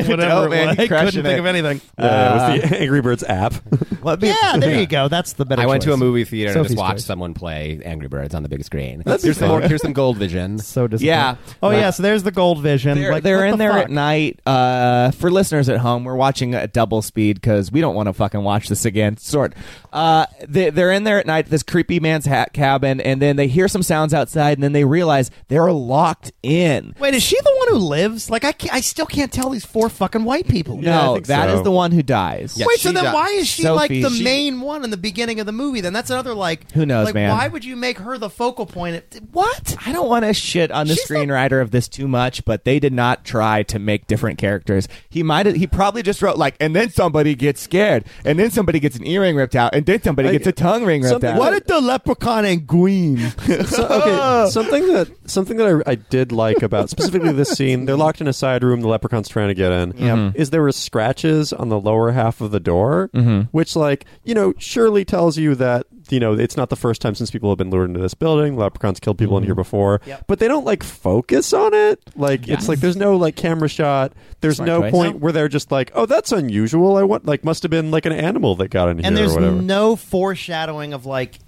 S5: Whatever,
S3: [laughs] Whatever, it was. [laughs] I couldn't think of anything.
S2: yeah, it was the [laughs] Angry Birds app. [laughs]
S3: yeah, there you go. That's the better.
S4: I went to
S3: choice.
S4: a movie theater and I
S3: Sophie's
S4: just watched
S3: Choice.
S4: someone play Angry Birds on the big screen.
S5: That'd be
S4: here's, some
S5: fun.
S4: more, here's some Gold Vision.
S3: So disappointing.
S5: Yeah.
S3: Oh yeah. So there's the gold vision.
S5: They're,
S3: like,
S5: they're
S3: what
S5: in
S3: the
S5: there
S3: fuck?
S5: at night. Uh, for listeners at home, we're watching at double speed because we don't want to fucking watch this again. Sort. Uh, they, they're in there at night, this creepy man's hat cabin, and then they hear some sounds outside, and then they realize they're locked in.
S3: Wait, is she the one who lives? Like I, can't, I still can't tell these four fucking white people.
S2: Yeah, I
S5: no, that
S2: think
S5: is
S2: so.
S5: the one who dies.
S4: Yeah,
S3: Wait,
S4: she
S3: so then
S4: died.
S3: why is she like
S5: Sophie,
S3: the
S5: she-
S3: main one in the beginning of the movie? Then that's another like
S5: Who knows,
S3: like,
S5: man?
S3: Why would you make her the focal point? It- What?
S5: I don't want to shit on the
S3: She's not-
S5: screenwriter of this too much, but they did not try to make different characters. He might he probably just wrote like, and then somebody gets scared, and then somebody gets an earring ripped out, and then somebody gets a tongue ring ripped
S2: something-
S5: out.
S2: What
S3: the leprechaun and Ah. Gween?
S2: So-
S3: [laughs]
S2: okay, something that something that I, I did like about specifically this scene, they're locked in a side room. The leprechaun's trying to get in.
S3: Mm-hmm.
S2: Is there were scratches on the lower half of the door,
S3: Mm-hmm.
S2: which like you know surely tells you that you know it's not the first time since people have been lured into this building. Leprechauns killed people in here before,
S3: Mm-hmm. Yep.
S2: but they don't like focus on it. Like it's like there's no like camera shot. There's
S5: Smart
S2: no
S5: choice.
S2: point where they're just like, oh, that's unusual. I want like must have been like an animal that got in here
S3: and
S2: or
S3: there's
S2: whatever.
S3: no foreshadowing of like.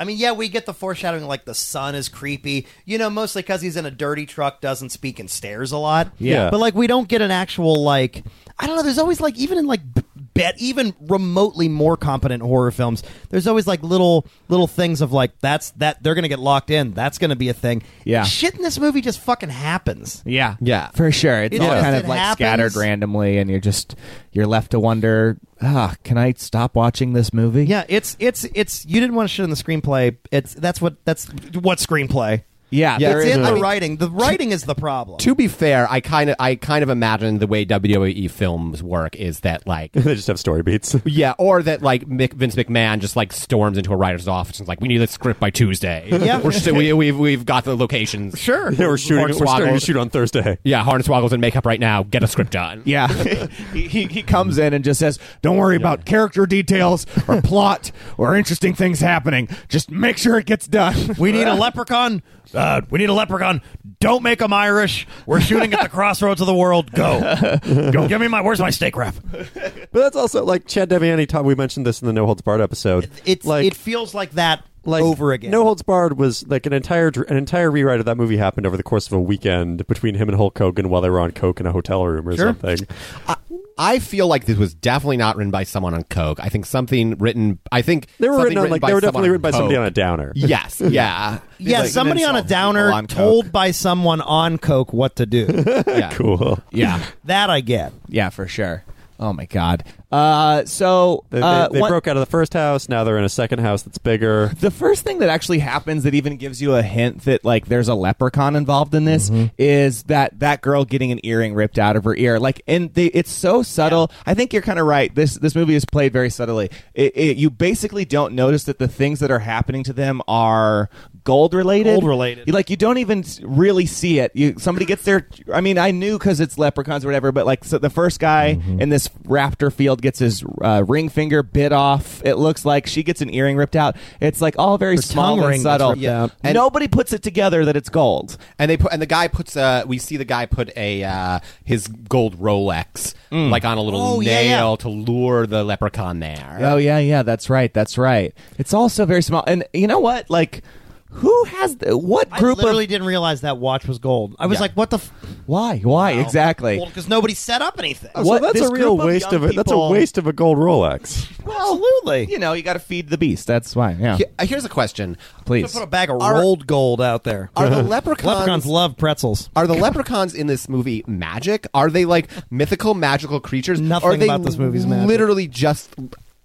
S3: I mean, yeah, we get the foreshadowing like the son is creepy, you know, mostly because he's in a dirty truck, doesn't speak, and stares a lot.
S2: Yeah.
S3: but like we don't get an actual like I don't know. There's always like even in like b- bet even remotely more competent horror films, there's always like little little things of like that's that they're gonna get locked in. That's gonna be a thing.
S5: Yeah.
S3: shit in this movie just fucking happens.
S5: Yeah,
S4: Yeah.
S5: for sure. It's
S3: It
S5: all
S3: just-
S5: kind of
S3: it
S5: like
S3: happens.
S5: scattered randomly, and you're just you're left to wonder, ah, can I stop watching this movie?
S3: Yeah, it's it's it's you didn't want to shit in the screenplay. It's that's what that's what screenplay.
S5: yeah,
S4: Yeah,
S5: there
S3: It's
S5: is
S3: in
S5: no-
S3: the writing. The writing is the problem.
S4: to be fair, I kind of I kind of imagine the way WWE films work is that
S2: [laughs]
S4: like
S2: they just have story beats.
S4: yeah, or that like Mick, Vince McMahon just like storms into a writer's office and is like, "We need the script by Tuesday."
S3: Yeah.
S4: we're still, we, we've we've got the locations. [laughs]
S3: sure.
S2: Yeah, we're shooting. We're starting to
S4: Hornswoggle-
S2: shoot on Thursday.
S4: Yeah, Harnswoggle's in makeup right now. Get a script done.
S5: Yeah,
S4: [laughs]
S3: [laughs]
S5: he, he he comes in and just says, "Don't worry about character details or plot or interesting things happening. Just make sure it gets done."
S7: We need a leprechaun. Uh, we need a leprechaun. Don't make them Irish. We're shooting at the crossroads of the world. Go, go. Give me my. Where's my steak wrap?
S2: [laughs] But that's also like Chad Deviani. Taught, we mentioned this in the No Holds Barred episode.
S3: It's
S2: like
S3: it feels like that
S2: like
S3: over again.
S2: No Holds Barred was like an entire dr- an entire rewrite of that movie happened over the course of a weekend between him and Hulk Hogan while they were on coke in a hotel room or something.
S4: I feel like this was definitely not written by someone on coke. I think something written. I think
S2: They were
S4: something
S2: written on like
S4: by
S2: they were
S4: someone
S2: definitely written by somebody
S4: coke.
S2: on a downer.
S4: Yes. Yeah.
S3: yeah, somebody on a downer
S5: on
S3: told by someone on coke what to do.
S4: yeah.
S2: [laughs] Cool.
S4: Yeah.
S3: that I get.
S5: Yeah, for sure. Oh my god. Uh, so
S2: They, they-
S5: uh,
S2: they
S5: one-
S2: broke out of the first house. Now they're in a second house that's bigger.
S5: the first thing that actually happens that even gives you a hint that like there's a leprechaun involved in this
S3: Mm-hmm.
S5: is that that girl getting an earring ripped out of her ear like and they, it's so subtle i think you're kind of right this this movie is played very subtly it, it, you basically don't notice that the things that are happening to them are gold related
S7: Gold related.
S5: You, like you don't even s- really see it you somebody gets their i mean i knew because it's leprechauns or whatever but like so the first guy
S4: Mm-hmm.
S5: in this raptor field gets his uh, ring finger bit off it looks like she gets an earring ripped out it's like all very
S3: Her
S5: small
S3: tongue
S5: and
S3: ring gets
S5: subtle.
S3: ripped Yeah. out.
S5: And nobody puts it together that it's gold.
S4: And they put and the guy puts uh we see the guy put a uh his gold Rolex
S2: Mm.
S4: like on a little
S3: Oh, yeah,
S4: nail
S3: yeah.
S4: to lure the leprechaun there.
S5: Oh yeah, yeah, that's right, that's right. It's also very small. And you know what? Like, who has the, what
S3: I
S5: group
S3: literally
S5: of
S3: didn't realize that watch was gold. I was
S4: Yeah.
S3: like, what the? F-?
S5: why? Why exactly?
S3: because nobody set up anything.
S2: so
S5: What-
S2: that's
S5: this
S2: a real
S5: group of
S2: waste
S5: young
S2: of, a That's a
S5: people-
S2: waste of a gold Rolex.
S3: Absolutely.
S5: You know, you got to feed the beast. That's why. Yeah,
S4: He- uh, Here's a question.
S5: please.
S3: Put a bag of rolled gold out there.
S4: Are the leprechauns,
S3: Leprechauns love pretzels.
S4: are the leprechauns in this movie magic? Are they like mythical magical creatures?
S3: Nothing
S4: Are they
S3: about this movie's magic.
S4: Literally just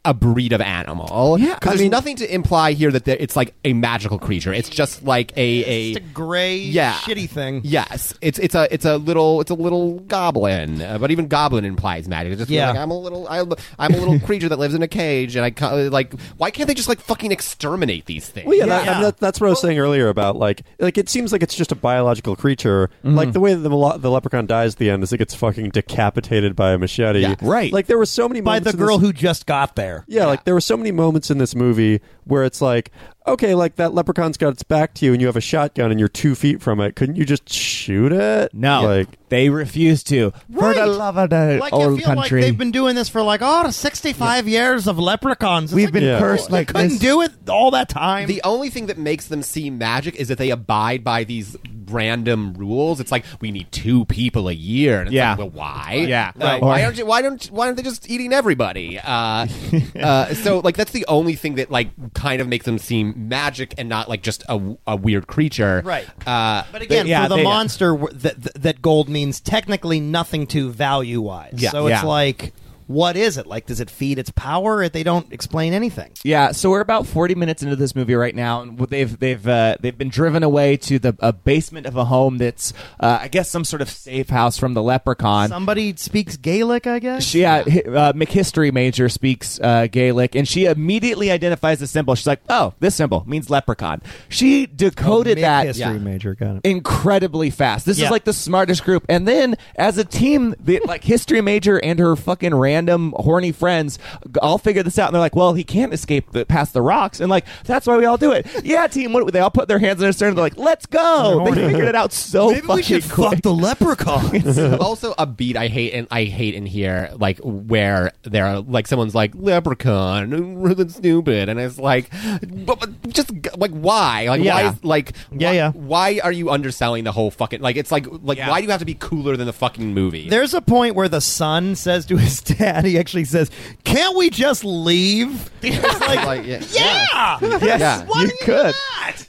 S4: a breed of animal.
S5: Yeah, I
S4: 'Cause there's
S5: mean-
S4: nothing to imply here that there- it's like a magical creature. It's just like a a
S3: It's a gray,
S4: Yeah.
S3: shitty thing.
S4: Yes, it's it's a it's a little it's a little goblin, uh, but even goblin implies magic. It's just
S3: Yeah.
S4: like I'm a little I'm, I'm a little creature that lives in a cage, and I ca- like why can't they just like fucking exterminate these things?
S2: Well, yeah, that, I mean,
S3: Yeah.
S2: that, that's what I was saying earlier about like, like it seems like it's just a biological creature.
S3: Mm-hmm.
S2: Like the way that the, melo- the leprechaun dies at the end is it gets fucking decapitated by a machete.
S4: Yeah.
S5: Right.
S2: Like there were so many
S3: By
S2: moments
S3: the
S2: in this-
S3: girl who just got there.
S2: Yeah, like there were so many moments in this movie where it's like, okay, like that leprechaun's got its back to you, and you have a shotgun, and you're two feet from it. Couldn't you just shoot it?
S5: no,
S2: like
S5: they refuse to. For the
S3: Right.
S5: love of the
S3: Like I
S5: old
S3: feel
S5: country,
S3: like they've been doing this for like oh 65 years of leprechauns. It's
S5: we've
S3: like,
S5: been
S2: Yeah.
S5: cursed
S3: you
S5: like
S3: couldn't
S5: this.
S3: do it all that time.
S4: The only thing that makes them seem magic is that they abide by these random rules. It's like we need two people a year. And it's
S5: Yeah.
S4: Like, well, why?
S5: Yeah.
S4: Like,
S5: Or-
S4: why aren't you? Why don't? Why aren't they just eating everybody?
S5: [laughs]
S4: Uh, uh, so like that's the only thing that like kind of makes them seem magic and not like just a, a weird creature.
S3: Right.
S4: Uh,
S3: but again,
S5: They- yeah,
S3: for the
S5: they-
S3: monster, w that, that gold means technically nothing to value wise.
S5: Yeah.
S3: so it's
S5: Yeah.
S3: like, what is it? Like, does it feed its power? They don't explain anything.
S5: Yeah, so we're about forty minutes into this movie right now, and what they've they've uh, they've been driven away to the a basement of a home that's uh, I guess some sort of safe house from the leprechaun.
S3: Somebody speaks Gaelic, I guess.
S5: She, yeah, hi- uh, McHistory major speaks uh, Gaelic, and she immediately identifies the symbol. She's like, "Oh, this symbol means leprechaun." She decoded that
S3: history Oh, major, got it.
S5: incredibly fast. This
S3: Yeah.
S5: is like the smartest group. And then as a team, the, like history major and her fucking random horny friends g- all figure this out. And they're like, well, he can't escape the, past the rocks. And like, that's why we all do it. Yeah, team. What, they all put their hands in their stern. and They're like, let's go. They figured it out so
S3: Maybe
S5: fucking
S3: we should
S5: quick.
S3: fuck
S5: [laughs]
S3: the leprechaun.
S4: also a beat I hate and I hate in here, like where there are like someone's like leprechaun, [laughs] really stupid, and it's like, but, but just like why, like why,
S5: Yeah.
S4: is, like
S3: Yeah,
S4: why,
S3: yeah.
S4: why are you underselling the whole fucking like it's like like
S5: Yeah.
S4: why do you have to be cooler than the fucking movie?
S3: There's a point where the son says to his [laughs] dad, he actually says, Can't we just
S5: [laughs]
S3: leave? It's like,
S4: Like, yeah.
S3: yeah!
S5: yes,
S4: Yeah.
S5: you could.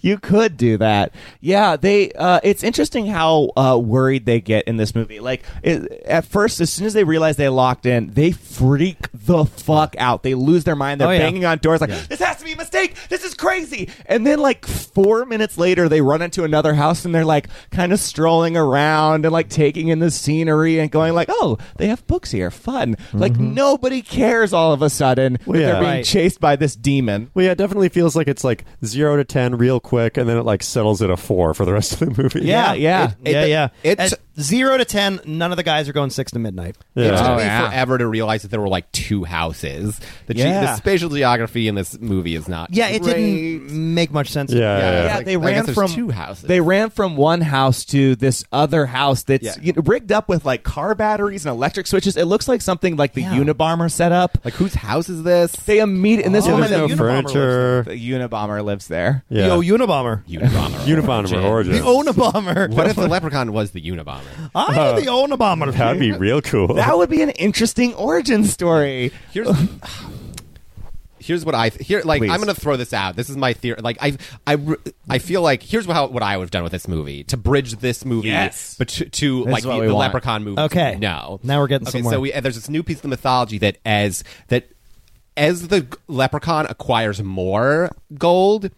S5: You could do that. Yeah, they. Uh, it's interesting how uh, worried they get in this movie. Like it, at first, as soon as they realize they locked in, they freak the fuck out. They lose their mind. They're
S3: Oh, yeah.
S5: banging on doors like, "This has to be a mistake. This is crazy." And then, like four minutes later, they run into another house and they're like, kind of strolling around and like taking in the scenery and going like, "Oh, they have books here. Fun." Like
S3: Mm-hmm.
S5: nobody cares. All of a sudden,
S2: Well,
S5: that
S2: yeah.
S5: they're being
S2: Right.
S5: chased by this demon.
S2: Well, yeah, it definitely feels like it's like zero to ten real quick, and then it like settles at a four for the rest of the movie.
S5: Yeah, yeah.
S3: It- yeah, yeah.
S4: it's-
S3: At zero to ten, none of the guys are going six to midnight.
S4: It took
S5: Oh,
S4: me
S5: yeah.
S4: forever to realize that there were like two houses. The, ge-
S5: Yeah.
S4: the spatial geography in this movie is not.
S3: Yeah, it
S4: great.
S3: didn't make much sense. to
S2: Yeah,
S3: me.
S2: yeah, yeah.
S5: yeah,
S4: Like,
S5: they
S4: I guess
S5: ran
S4: there's
S5: from
S4: two houses.
S5: They ran from one house to this other house that's
S4: Yeah.
S5: you know, rigged up with like car batteries and electric switches. It looks like something like the Unabomber set up.
S4: Like whose house is this?
S5: They immediately and this
S2: Yeah,
S5: woman,
S2: there's no
S5: the,
S2: furniture.
S5: Unabomber, the Unabomber lives there.
S2: Yeah.
S3: Yo, Unabomber.
S4: Unibomber.
S2: Unabomber origin.
S5: [laughs]
S3: The Unabomber.
S4: What if the leprechaun was the Unibomber?
S3: I'm the Unabomber.
S2: That'd be real cool.
S5: That would be an interesting origin story.
S4: Here's [sighs] here's what I here like
S5: Please.
S4: I'm going to throw this out. This is my theory. Like I I re- I feel like here's how what I would have done with this movie to bridge this movie
S7: Yes.
S4: but to, to like
S5: is what
S4: the,
S5: we
S4: the
S5: want.
S4: Leprechaun movie.
S3: Okay.
S4: No.
S3: Now we're getting
S4: okay,
S3: somewhere.
S4: So we, there's this new piece of mythology that as that as the leprechaun acquires more gold,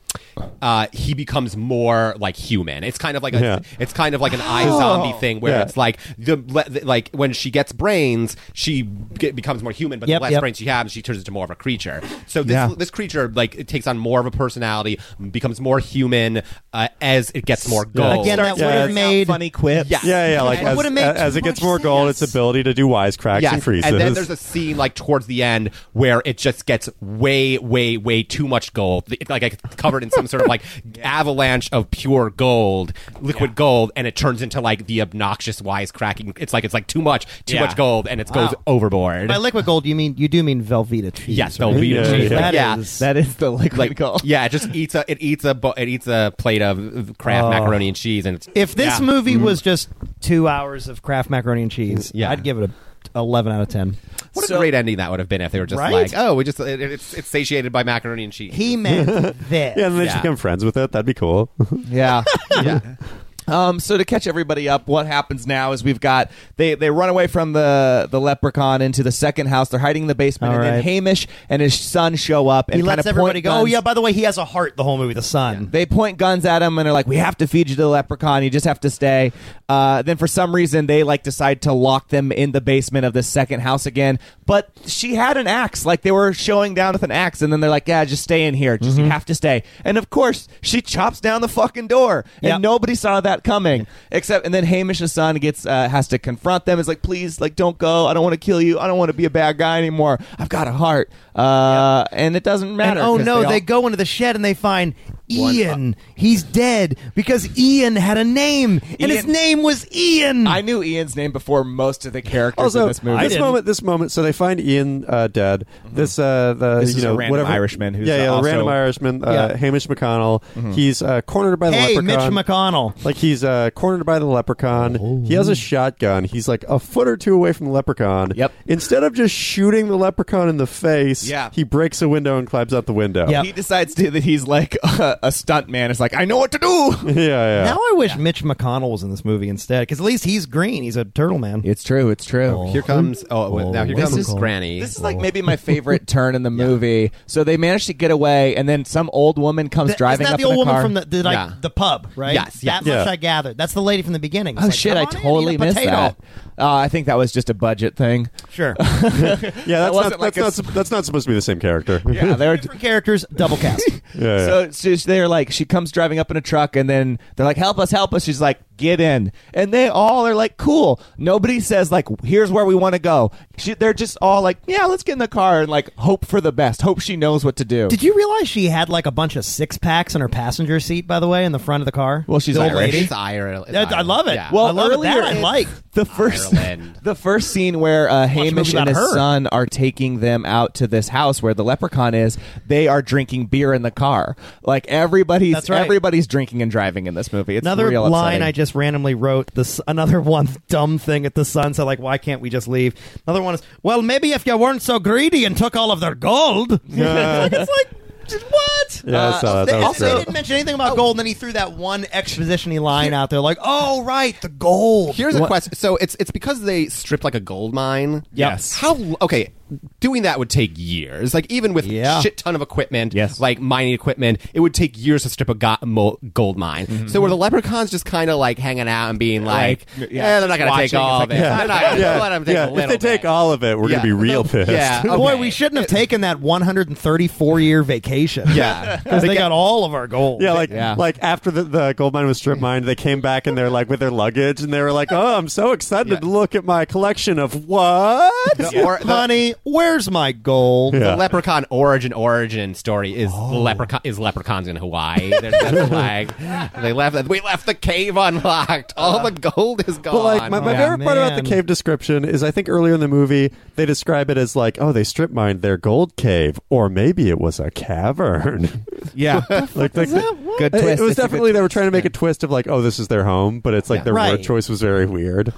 S4: uh, he becomes more like human. It's kind of like a,
S2: Yeah.
S4: it's kind of like an eye zombie thing where
S2: Yeah.
S4: it's like the le- the- like when she gets brains, she get, becomes more human, but
S3: Yep,
S4: the less
S3: yep.
S4: brains she has, she turns into more of a creature. So this
S5: Yeah.
S4: this creature like it takes on more of a personality, becomes more human uh, as it gets more gold.
S3: Again, that
S2: Yeah,
S3: would have
S2: it's-
S3: made
S5: funny quips.
S4: Yeah.
S2: [laughs] Yeah, yeah. Like
S3: It
S2: as,
S3: would've made
S2: as
S3: too
S2: it gets
S3: much
S2: more gold,
S3: sense.
S2: its ability to do wisecracks
S4: Yes.
S2: and freezes.
S4: And then there's a scene like towards the end where it just gets way, way, way too much gold. It's like it's covered in some sort of like avalanche of pure gold, liquid gold, and it turns into like the obnoxious wisecracking. It's like it's like too much, too
S7: Yeah.
S4: much gold, and it goes overboard.
S3: By liquid gold, you mean you do mean Velveeta cheese?
S4: yes,
S3: right?
S4: they'll read
S2: Yeah,
S4: it.
S2: yeah.
S4: Like,
S3: That
S4: yeah.
S3: is-
S5: That is the liquid
S4: Like,
S5: gold.
S4: yeah, it just eats a it eats a bu- it eats a plate of Kraft macaroni and cheese, and it's,
S3: If this
S4: Yeah.
S3: movie
S5: Mm-hmm.
S3: was just two hours of Kraft macaroni and cheese,
S4: Yeah.
S3: I'd give it a eleven out of ten.
S4: what a great ending that would have been if they were just
S3: Right?
S4: like, oh, we just it, it's it's satiated by macaroni and cheese.
S5: [laughs]
S3: He meant this.
S2: yeah, and then they just
S4: Yeah.
S2: become friends with it. That'd be cool.
S5: [laughs] Yeah.
S4: yeah.
S5: Um, so to catch everybody up, what happens now is we've got they, they run away from the, the leprechaun into the second house. They're hiding in the basement,
S3: All
S5: and then
S3: right.
S5: Hamish and his son show up and
S3: he
S5: kind
S3: lets
S5: of
S3: everybody
S5: point
S3: go.
S5: guns.
S3: Oh yeah, by the way, he has a heart. The whole movie, the sun.
S5: They point guns at him and are like, "We have to feed you to the leprechaun. You just have to stay." Uh, then for some reason, they like decide to lock them in the basement of the second house again. But she had an axe, like they were showing down with an axe, and then they're like, "Yeah, just stay in here. Just
S3: Mm-hmm.
S5: you have to stay." And of course, she chops down the fucking door, and
S3: Yep.
S5: nobody saw that coming. Except, and then Hamish's son gets uh, has to confront them. Is like, "Please, like, don't go. I don't want to kill you. I don't want to be a bad guy anymore. I've got a heart." Uh, And it doesn't matter.
S3: And oh
S5: 'cause
S3: no, they,
S5: all- uh,
S3: go into the shed and they find Ian. He's dead because Ian had a name, and his
S5: Ian-
S3: name was Ian.
S5: I knew Ian's name before most of the characters
S2: also,
S5: in this movie. Mm-hmm.
S2: this
S3: didn't.
S2: moment, this moment. So they find Ian uh, dead. This, uh, the
S5: This
S2: you
S5: is a
S2: know
S5: random
S2: whatever
S5: Irishman who's
S2: yeah, yeah,
S5: also- Mm-hmm.
S2: the random Irishman, uh,
S3: Yeah.
S2: Hamish McConnell. He's uh, cornered by the
S3: hey, Mitch
S2: leprechaun.
S3: McConnell.
S2: Like he's uh, cornered by the leprechaun. He has a shotgun. He's like a foot or two away from the leprechaun.
S5: Oh. Yep.
S2: Instead of just shooting the leprechaun in the face,
S5: Yeah.
S2: he breaks a window and climbs out the window.
S3: Yep.
S5: He decides to, that he's like [laughs] a, a stunt man. It's like I know what to
S3: [laughs]
S5: do.
S2: [laughs] Yeah, yeah.
S3: Now Oh, I wish Mitch McConnell was in this movie instead, because at least he's green. He's a turtle man.
S5: It's true. It's true.
S4: Here comes oh, wait, now here
S3: this
S4: comes
S3: is-
S4: Granny.
S5: This is like maybe
S3: [laughs]
S5: my favorite turn in the movie. So they manage to get away, and then some old woman comes
S3: Th-
S5: driving
S3: Isn't that
S5: up
S3: the
S5: in
S3: old
S5: a
S3: woman
S5: car.
S3: from the the, like,
S4: Yeah.
S3: the pub, right?
S4: Yes, yes.
S3: That much
S2: Yeah.
S3: I gathered. That's the lady from the beginning. It's
S5: oh
S3: like,
S5: shit!
S3: "Come
S5: I
S3: on in, eat a
S5: totally missed
S3: potato."
S5: that. Uh, I think that was just a budget thing.
S3: Sure.
S2: Yeah,
S5: That
S2: that's
S5: wasn't
S2: not,
S5: like
S2: that's, not, sup- that's not supposed to be the same character. [laughs]
S5: Yeah, [laughs] [laughs] they were.
S3: Different characters,
S5: [laughs]
S3: double cast.
S2: Yeah, yeah.
S5: So, so they're like, she comes driving up in a truck, and then they're like, "Help us, help us!" She's like, "Get in!" And they all are like, "Cool." Nobody says like, "Here's where we want to go." She, they're just all like, "Yeah, let's get in the car and like hope for the best. Hope she knows what to do."
S3: Did you realize she had like a bunch of six packs in her passenger seat, by the way, in the front of the car?
S5: well, she's
S3: The old
S5: Irish.
S4: It's Ireland. It's
S3: I, I
S4: Ireland.
S3: love it.
S4: Yeah.
S3: Well,
S5: Well,
S3: I love it.
S5: earlier
S3: That I
S5: in-
S3: like.
S5: The first,
S4: Ireland.
S5: [laughs] the first scene where uh,
S3: a
S5: Hamish
S3: movie
S5: and his
S3: about her.
S5: son are taking them out to this house where the leprechaun is, they are drinking beer in the car. Like everybody's,
S3: That's right.
S5: everybody's drinking and driving in this movie. It's
S3: Another
S5: real
S3: line
S5: upsetting.
S3: I just randomly wrote. This another [laughs] one dumb thing at the sunset. Like, why can't we just leave? Another one is, well, maybe if you weren't so greedy and took all of their gold. [laughs]
S2: Yeah.
S3: it's like, just what?
S2: Yeah, I saw that. That
S3: they,
S2: was
S3: also, they
S2: great.
S3: didn't mention anything about
S4: Oh.
S3: gold, and then he threw that one expositiony line out there, like, "Oh, right, the gold."
S2: [laughs]
S4: Here's a question. So it's it's because they stripped like a gold mine.
S5: Yes.
S4: How okay? Doing that would take years. Like even with
S5: Yeah.
S4: shit ton of equipment.
S5: Yes.
S4: Like mining equipment, it would take years to strip a go- mo- gold mine. So were the leprechauns just kind of like hanging out and being like,
S5: Like,
S4: yeah,
S5: yeah.
S4: they're not gonna
S5: Watching,
S4: take all
S5: it's
S4: of it. They're not gonna let 'em take a
S2: yeah. If
S4: little
S2: they take
S4: bit."
S2: all of it, we're
S4: Yeah.
S2: gonna be real
S5: [laughs]
S2: pissed. [laughs]
S4: Yeah. okay.
S3: Boy, we shouldn't have taken that 134 year vacation. [laughs]
S4: Yeah.
S3: because they got all of our gold.
S2: Yeah, like
S5: Yeah.
S2: like after the, the gold mine was strip mined, they came back and they're like with their luggage and they were like, "Oh, I'm so excited to look at my collection of what?"
S4: The or- the-
S3: honey, where's my gold?
S2: Yeah.
S4: The leprechaun origin origin story is the leprechaun is leprechauns in Hawaii. They're just like they left. We left the cave unlocked. All the gold is gone.
S2: But like my, my
S3: Yeah.
S2: favorite part about the
S3: Man.
S2: cave description is I think earlier in the movie they describe it as like, "Oh, they strip mined their gold cave, or maybe it was a cavern." [laughs]
S3: [laughs]
S5: yeah,
S2: like, like
S5: good
S2: It- It was
S5: twist. It's a good
S2: definitely they were trying to make a twist of like, oh, this is their home, but it's like their
S3: Right.
S2: word choice was very weird.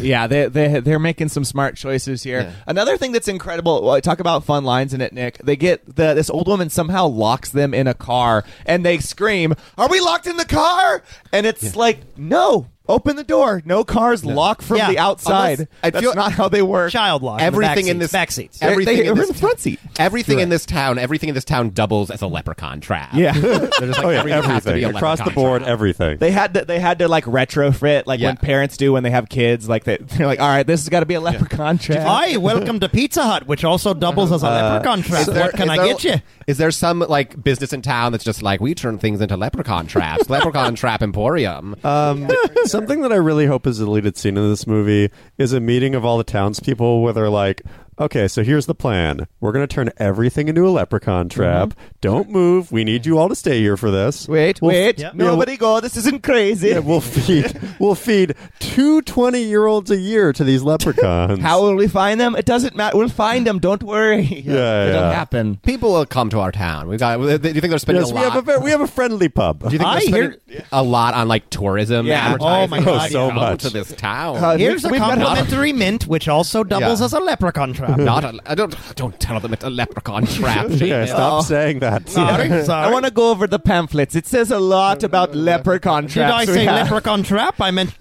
S5: Yeah, they they they're making some smart choices here. Another thing that's incredible. well, Talk about fun lines in it, Nick. They get the this old woman somehow locks them in a car, and they scream, "Are we locked in the car?" And it's like, no. Open the door. No cars lock from
S3: Yeah.
S5: the outside.
S4: Unless- I
S5: That's
S4: feel-
S5: not how they work.
S3: Child lock.
S4: everything
S3: the
S4: in this
S3: back seats.
S5: They're-
S4: everything
S5: they-
S4: in
S5: we're
S4: this
S5: in the front seat.
S4: Everything in this town, everything in this town doubles as a leprechaun trap.
S5: Yeah. [laughs]
S4: They're
S3: [laughs]
S4: just like,
S2: Oh yeah,
S4: everything, has to be
S2: everything
S4: a
S2: across the
S4: leprechaun
S2: board,
S4: trap.
S2: everything.
S5: They had to, they had to like retrofit like
S4: Yeah.
S5: when parents do when they have kids like they, [laughs] they're like all right this has got to be a leprechaun trap.
S3: Hi, welcome to Pizza Hut, which also doubles
S5: Uh,
S3: as a leprechaun trap.
S4: Is there-
S3: what can
S4: is
S3: I
S4: there-
S3: get you?
S4: Is there some like business in town that's just like we turn things into leprechaun traps, leprechaun trap emporium?
S2: Um, something that I really hope is a deleted scene in this movie is a meeting of all the townspeople where they're like, okay, so here's the plan. We're going to turn everything into a leprechaun trap. Don't move. We need you all to stay here for this.
S5: Wait,
S2: We'll f-
S5: wait.
S2: yeah, we'll-
S5: Nobody go. This isn't crazy.
S2: yeah, we'll [laughs] feed we'll feed two 20 year olds a year to these leprechauns.
S5: How will we find them? It doesn't matter. We'll find them. Don't worry.
S2: yeah.
S5: It'll happen.
S4: People will come to our town. We've got. Do you think they're spending
S2: yes,
S4: a
S2: we
S4: lot?
S2: have a very, we have a friendly pub.
S4: do you think
S3: I
S4: they're spending a lot on like tourism?
S5: Yeah.
S4: advertising?
S3: Oh, my God,
S4: Come
S2: so much.
S4: to this town.
S5: Uh,
S3: Here's a
S5: We've got- [laughs]
S3: complimentary mint, which also doubles
S4: Yeah.
S3: as a leprechaun trap.
S4: not a, I don't don't tell them it's a
S5: [laughs]
S4: leprechaun trap.
S2: yeah,
S4: Jesus.
S2: stop saying that. [laughs]
S3: Sorry, sorry.
S5: I want to go over the pamphlets. It says a lot about leprechaun
S3: Did I
S5: traps. we
S3: say
S5: have. Oh,
S3: leprechaun trap? I meant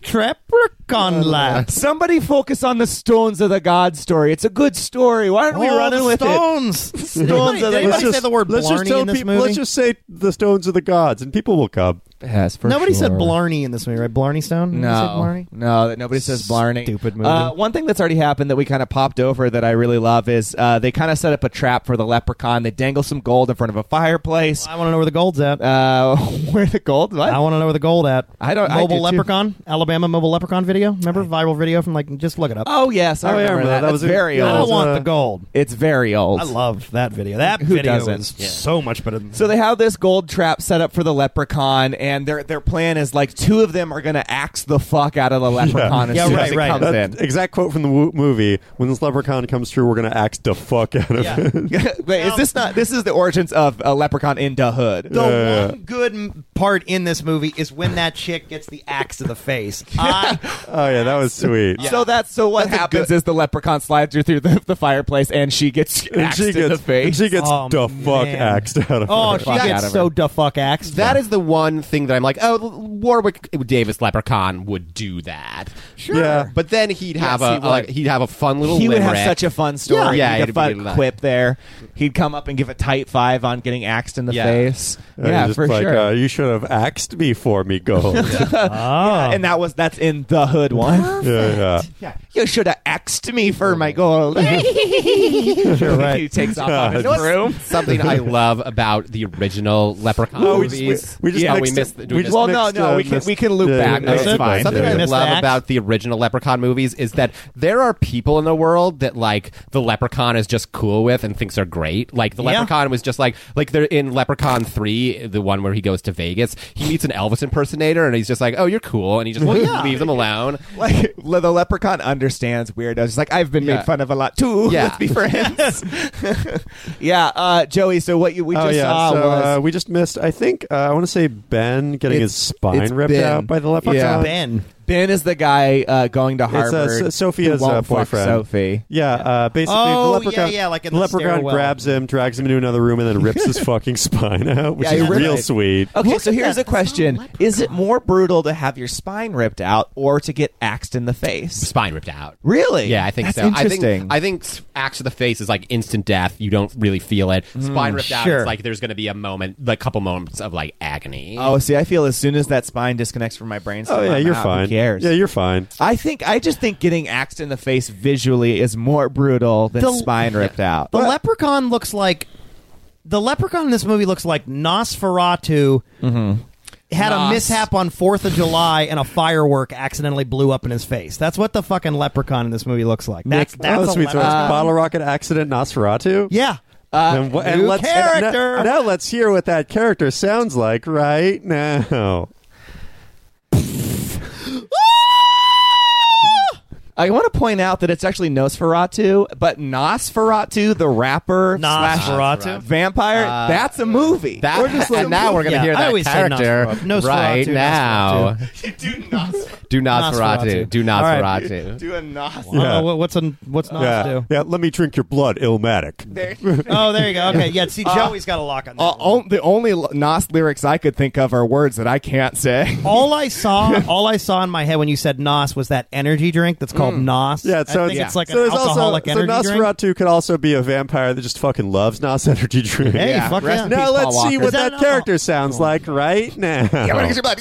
S3: leprechaun lab.
S5: [laughs] Somebody focus on the stones of the god story. It's a good story. Why aren't we
S3: Oh,
S5: running
S3: the
S5: with it? [laughs]
S3: stones. Did anybody, did
S5: are-
S3: anybody
S5: let's
S3: say the word
S2: let's just
S3: blarney
S2: tell
S3: in this
S2: people,
S3: movie?
S2: Let's just say the stones of the gods, and people will come.
S5: Yes, for
S3: Nobody said
S5: sure.
S3: blarney in this movie, right? Blarney Stone? Did you say
S5: No,
S3: blarney?
S5: no, that nobody says Blarney.
S3: Stupid movie.
S5: Uh, one thing that's already happened that we kind of popped over that I really love is uh, they kind of set up a trap for the leprechaun. They dangle some gold in front of a fireplace.
S3: I want to know where the gold's at.
S5: Uh, [laughs] where the gold? What?
S3: I want to know where the gold at.
S5: I don't- I
S3: Mobile
S5: do too.
S3: leprechaun, Alabama mobile leprechaun video. Remember viral video from like just look it up.
S5: oh yes, I
S2: Oh, yeah,
S5: remember
S2: That
S5: that. That's
S2: was a-
S5: very
S2: yeah,
S5: old.
S2: that
S3: I
S2: was
S3: want
S2: uh,
S3: the gold.
S5: It's very old.
S3: I love that video. That
S5: Who
S3: video
S5: doesn't?
S3: is so much better than
S5: So they have this gold trap set up for the leprechaun, and their their plan is like two of them are gonna axe the fuck out of the leprechaun as
S3: Yeah,
S5: soon
S3: right,
S5: as it
S3: right.
S5: comes
S2: That [laughs] exact quote from the wo- movie: "When this leprechaun comes through, we're gonna axe the fuck out of it."
S5: [laughs] in. Wait, is this not? This is the origins of a leprechaun in the hood.
S3: The
S2: Yeah.
S3: one good m- part in this movie is when that chick gets the axe to the [laughs] face. I,
S2: Oh yeah, that was sweet.
S5: So that's so what happens is the leprechaun slides her through the, the fireplace and she gets
S2: And
S5: axed
S2: she
S5: in
S2: gets
S5: the
S2: and
S5: face.
S2: she gets
S3: Oh,
S2: the fuck
S3: man.
S2: axed out of
S3: oh,
S2: her.
S3: she
S5: Fuck out of
S3: gets so da fuck axed.
S4: That is the one thing that I'm like, oh, Warwick Davis Leprechaun would do that. Sure,
S2: Yeah.
S4: but then he'd have
S5: Yes,
S4: a
S5: he would.
S4: like he'd have a fun little.
S5: he would have
S4: limerick.
S5: such a fun story.
S4: Yeah,
S5: Yeah, he'd
S4: it'd
S5: have a
S4: be
S5: fun
S4: like-
S5: quip there. He'd come up and give a tight five on getting axed in the
S4: Yeah.
S5: face.
S2: And
S5: yeah,
S2: he's just
S5: for
S2: like,
S5: sure.
S2: uh, you should have axed me for me
S5: [laughs]
S2: gold. yeah,
S3: Ah.
S5: and that was that's in the hood [laughs] one.
S2: yeah.
S5: you should have axed me for my gold. [laughs]
S3: right.
S5: he takes off on his
S2: God.
S5: broom.
S4: Something I love about the original Leprechaun
S2: Oh, we just- we-
S4: movies.
S2: we just
S4: Oh,
S2: mixed it.
S4: missed.
S2: We
S4: We
S2: just
S4: missed-
S5: Well, no,
S2: mixed,
S5: no,
S2: uh,
S5: we can
S2: missed-
S5: we can loop
S2: yeah,
S5: back.
S2: yeah,
S5: That's
S2: yeah.
S5: fine.
S4: Something
S2: Yeah.
S4: I
S3: Missed
S4: love
S3: the axe.
S4: about the original Leprechaun movies is that there are people in the world that like the Leprechaun is just cool with and thinks are great. Like the
S3: Yeah.
S4: Leprechaun was just like like they're in Leprechaun Three, the one where he goes to Vegas. He meets an Elvis impersonator and he's just like, "Oh, you're cool," and he just leaves him alone.
S5: [laughs] Like le- the leprechaun understands weirdos. He's like, I've been
S4: Yeah.
S5: made fun of a lot too. [laughs]
S4: Yeah.
S5: Let's be friends. [laughs] yeah, uh, Joey. So what you we
S2: Oh
S5: just
S2: yeah,
S5: saw
S2: so
S5: was
S2: uh, we just missed. I think uh, I want to say Ben getting
S5: It's-
S2: his spine
S5: it's
S2: ripped
S5: Ben.
S2: out by the leprechaun.
S5: Yeah.
S3: Ben.
S5: Ben is the guy uh, going to
S2: It's, uh,
S5: Harvard.
S2: S- Sophia's,
S5: who won't
S2: uh,
S5: fuck
S2: boyfriend.
S5: Sophie.
S2: Yeah, uh, basically
S3: Oh,
S2: the leprechaun.
S3: yeah, yeah, like in
S2: the
S3: the
S2: leprechaun
S3: stairwell.
S2: grabs him, drags him into another room, and then rips
S5: [laughs]
S2: his fucking spine out, which
S5: Yeah,
S2: is
S5: he ripped
S2: real
S5: it.
S2: sweet.
S5: Okay,
S3: Look
S5: so
S3: at
S5: here's
S3: that.
S5: a question: Is it more brutal to have your spine ripped out or to get axed in the face?
S4: Spine ripped out.
S5: Really?
S4: Yeah, I think
S5: That's
S4: so.
S5: Interesting.
S4: I think I think axe to the face is like instant death. You don't really feel it.
S5: Mm,
S4: Spine ripped out.
S3: sure.
S4: It's like there's going to be a moment, like a couple moments of like agony.
S5: oh, see, I feel as soon as that spine disconnects from my brain,
S2: Oh yeah,
S5: I'm
S2: you're
S5: out.
S2: fine.
S5: Who cares?
S2: Yeah, you're fine.
S5: I think I just think getting axed in the face visually is more brutal than
S3: The-
S5: spine ripped out.
S3: The leprechaun looks like the leprechaun in this movie looks like Nosferatu had a
S4: Nos.
S3: mishap on Fourth of July and a firework accidentally blew up in his face. That's what the fucking leprechaun in this movie looks like. That's
S2: Nick,
S3: that's
S2: oh,
S3: a
S2: sweet. So it's
S3: leprechaun.
S2: bottle rocket accident Nosferatu.
S3: yeah. uh,
S2: And, wha- and
S3: new
S2: let's
S3: character.
S2: and now, now let's hear what that character sounds like right now.
S5: I want to point out that it's actually Nosferatu, but Nosferatu, the rapper slash
S3: Nosferatu?
S5: vampire, that's a movie.
S4: That, and now we're going to
S3: yeah,
S4: hear
S3: I
S4: that
S3: always say
S4: character
S3: Nosferatu. Nosferatu,
S4: right now.
S5: you do Nosferatu.
S4: Do Nosferatu.
S3: Nosferatu.
S4: Do
S3: All right.
S4: Nosferatu.
S5: Do a Nas.
S2: Yeah.
S3: Oh, what- what's a, what's not
S2: yeah,
S3: to
S2: [laughs]
S3: do?
S2: yeah. Let me drink your blood, Illmatic.
S3: Oh, there you go. Okay, yeah. See, Joey's got a lock on that.
S5: Uh, on, the only l- Nas lyrics I could think of are words that I can't [laughs] say.
S3: all
S2: [laughs]
S3: I saw, all I saw in my head when you said Nos was that energy drink that's called Nos.
S2: Yeah, so
S3: I think it's like
S2: so
S3: an
S2: there's
S3: alcoholic
S2: also,
S3: energy
S2: So
S3: drink.
S2: Nosferatu could also be a vampire that just fucking loves Nos energy [laughs] drink.
S3: Hey, fuck
S5: rest
S3: yeah.
S5: in peace,
S2: Now
S5: Paul
S2: let's see
S5: Walker.
S2: what
S3: Is that
S2: that,
S3: an
S2: character sounds like right now.
S5: Yeah, we're gonna get your [laughs] blood.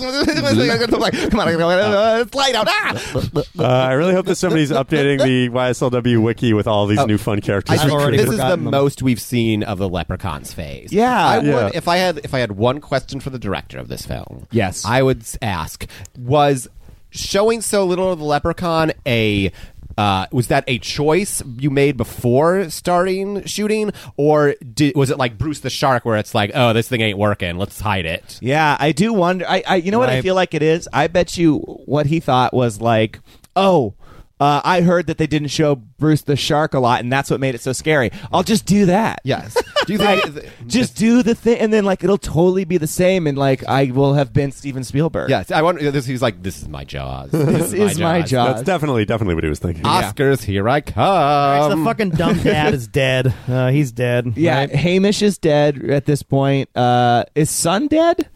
S5: Come on, uh, it's light out. [laughs] Ah!
S2: [laughs] uh, I really hope that somebody's updating the YSLW wiki with all these new fun characters.
S3: I've
S2: we
S3: already
S2: created.
S4: this is the
S3: forgotten them.
S4: most we've seen of the leprechaun's phase.
S5: Yeah.
S4: I would,
S2: Yeah.
S4: if I had if I had one question for the director of this film.
S5: Yes.
S4: I would s- ask: Was showing so little of the leprechaun a uh, was that a choice you made before starting shooting, or did, was it like Bruce the Shark, where it's like, oh, this thing ain't working, let's hide it?
S5: Yeah, I do wonder. I, I you know what I
S3: Right.
S5: feel like it is. I bet you what he thought was like, oh. Uh, I heard that they didn't show Bruce the shark a lot, and that's what made it so scary. I'll just do that.
S4: Yes. Do you think?
S5: [laughs] just do the thing, and then like it'll totally be the same, and like I will have been Steven Spielberg.
S4: yes. I wonder. This, he's like, this is my Jaws. This,
S5: is my Jaws.
S2: That's definitely definitely what he was thinking.
S4: Oscars, here I come.
S3: It's
S2: Um,
S3: the
S2: [laughs]
S3: fucking dumb dad is dead. Uh, he's dead.
S5: Yeah,
S3: right?
S5: Hamish is dead at this point. Uh, is Son dead?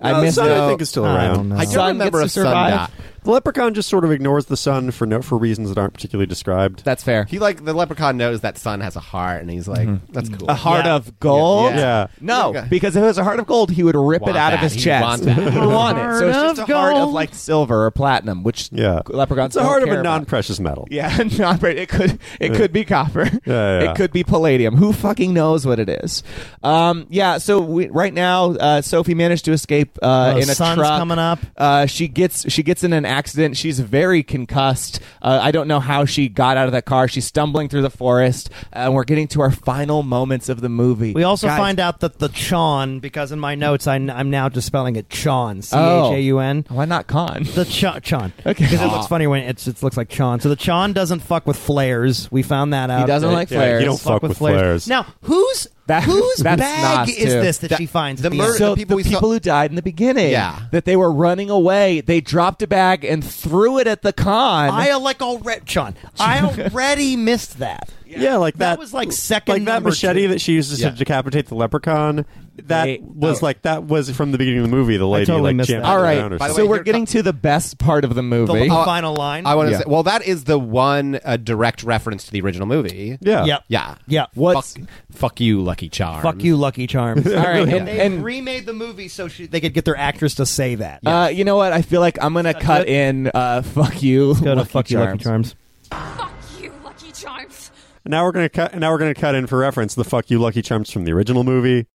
S2: Uh,
S5: missed
S2: Sun,
S5: it.
S2: I think is still
S3: I
S2: around.
S3: don't know.
S4: I do
S5: Sun
S4: remember
S5: gets
S4: a
S5: to survive.
S4: sun
S2: The leprechaun just sort of ignores the sun for no for reasons that aren't particularly described.
S5: That's fair.
S4: He like the leprechaun knows that sun has a heart, and he's like, "That's cool."
S5: Mm-hmm. a heart
S3: Yeah.
S5: of gold.
S4: Yeah.
S2: Yeah.
S5: No,
S4: Okay.
S5: because if it was a heart of gold, he would rip
S4: Want
S5: it out
S4: that.
S5: of his
S4: He'd want
S5: chest.
S4: that.
S5: He would want it. So it's
S3: Heart
S5: just
S3: of
S5: a heart of
S3: gold.
S5: like silver or platinum, which
S2: Yeah,
S5: leprechauns.
S2: It's a
S5: don't
S2: heart of
S5: care
S2: a
S5: about.
S2: non-precious metal.
S5: Yeah, [laughs] non It could it could be copper.
S2: Yeah, yeah.
S5: [laughs] It could be palladium. Who fucking knows what it is? Um, yeah. So we, right now, uh, Sophie managed to escape uh,
S3: Oh,
S5: in a
S3: sun's
S5: truck.
S3: coming up.
S5: Uh, she gets she gets in an accident. She's very concussed. Uh, I don't know how she got out of that car. She's stumbling through the forest, uh, and we're getting to our final moments of the movie.
S3: We also
S5: Guys,
S3: find out that the Chon, because in my notes I, am now just spelling it Chon, C
S5: Oh.
S3: H A U N.
S5: why not Con?
S3: The Chon, Chon.
S5: Okay.
S3: because it looks funny when it's, it looks like Chon. So the Chon doesn't fuck with flares. We found that out.
S5: He doesn't
S3: That-
S5: like
S2: Yeah,
S5: flares.
S2: you don't fuck, with flares.
S3: Now, whose
S5: That-
S3: whose
S5: that's
S3: bag
S5: Nas,
S3: is
S5: too.
S3: this that,
S4: That-
S3: she finds?
S4: the
S3: at end?
S5: [laughs]
S4: murder-
S5: so the
S4: people
S5: people,
S4: we saw-
S5: who died in the beginning,
S4: Yeah.
S5: that they were running away, they dropped a bag and threw it at the con.
S3: I like already,
S5: [laughs]
S3: John. I already missed that.
S2: yeah. like that,
S3: That was, like, second
S2: like that
S3: number
S2: machete
S3: two.
S2: that she uses
S4: Yeah.
S2: to decapitate the leprechaun. That
S5: They-
S2: was
S5: oh.
S2: like that was from the beginning of the movie. The lady
S3: totally
S2: like
S3: missed
S2: jammed
S3: that.
S2: it
S5: All
S2: around
S5: right,
S2: or
S4: By
S2: something.
S4: the
S5: so
S4: way,
S5: we're
S4: here
S5: getting to the best part of the
S3: The
S5: movie.
S3: l- final line.
S4: I want to
S5: Yeah.
S4: say, well, that is the one uh, direct reference to the original movie.
S2: yeah,
S3: Yep.
S4: Yeah.
S5: Uh,
S3: Yeah.
S5: What's-
S4: fuck, fuck you, Lucky Charms?
S3: Fuck you,
S5: [laughs]
S3: Lucky Charms.
S5: All right, and,
S3: They
S5: and,
S3: remade the movie so she, they could get their actress to say that.
S5: uh, you know what? I feel like I'm gonna cut in. Uh, [laughs] fuck you,
S3: Go to
S5: Lucky
S3: fuck you, Lucky Charms.
S8: Fuck you, Lucky Charms.
S2: And now we're gonna cut. And now we're gonna cut in for reference the "fuck you, Lucky Charms" from the original movie.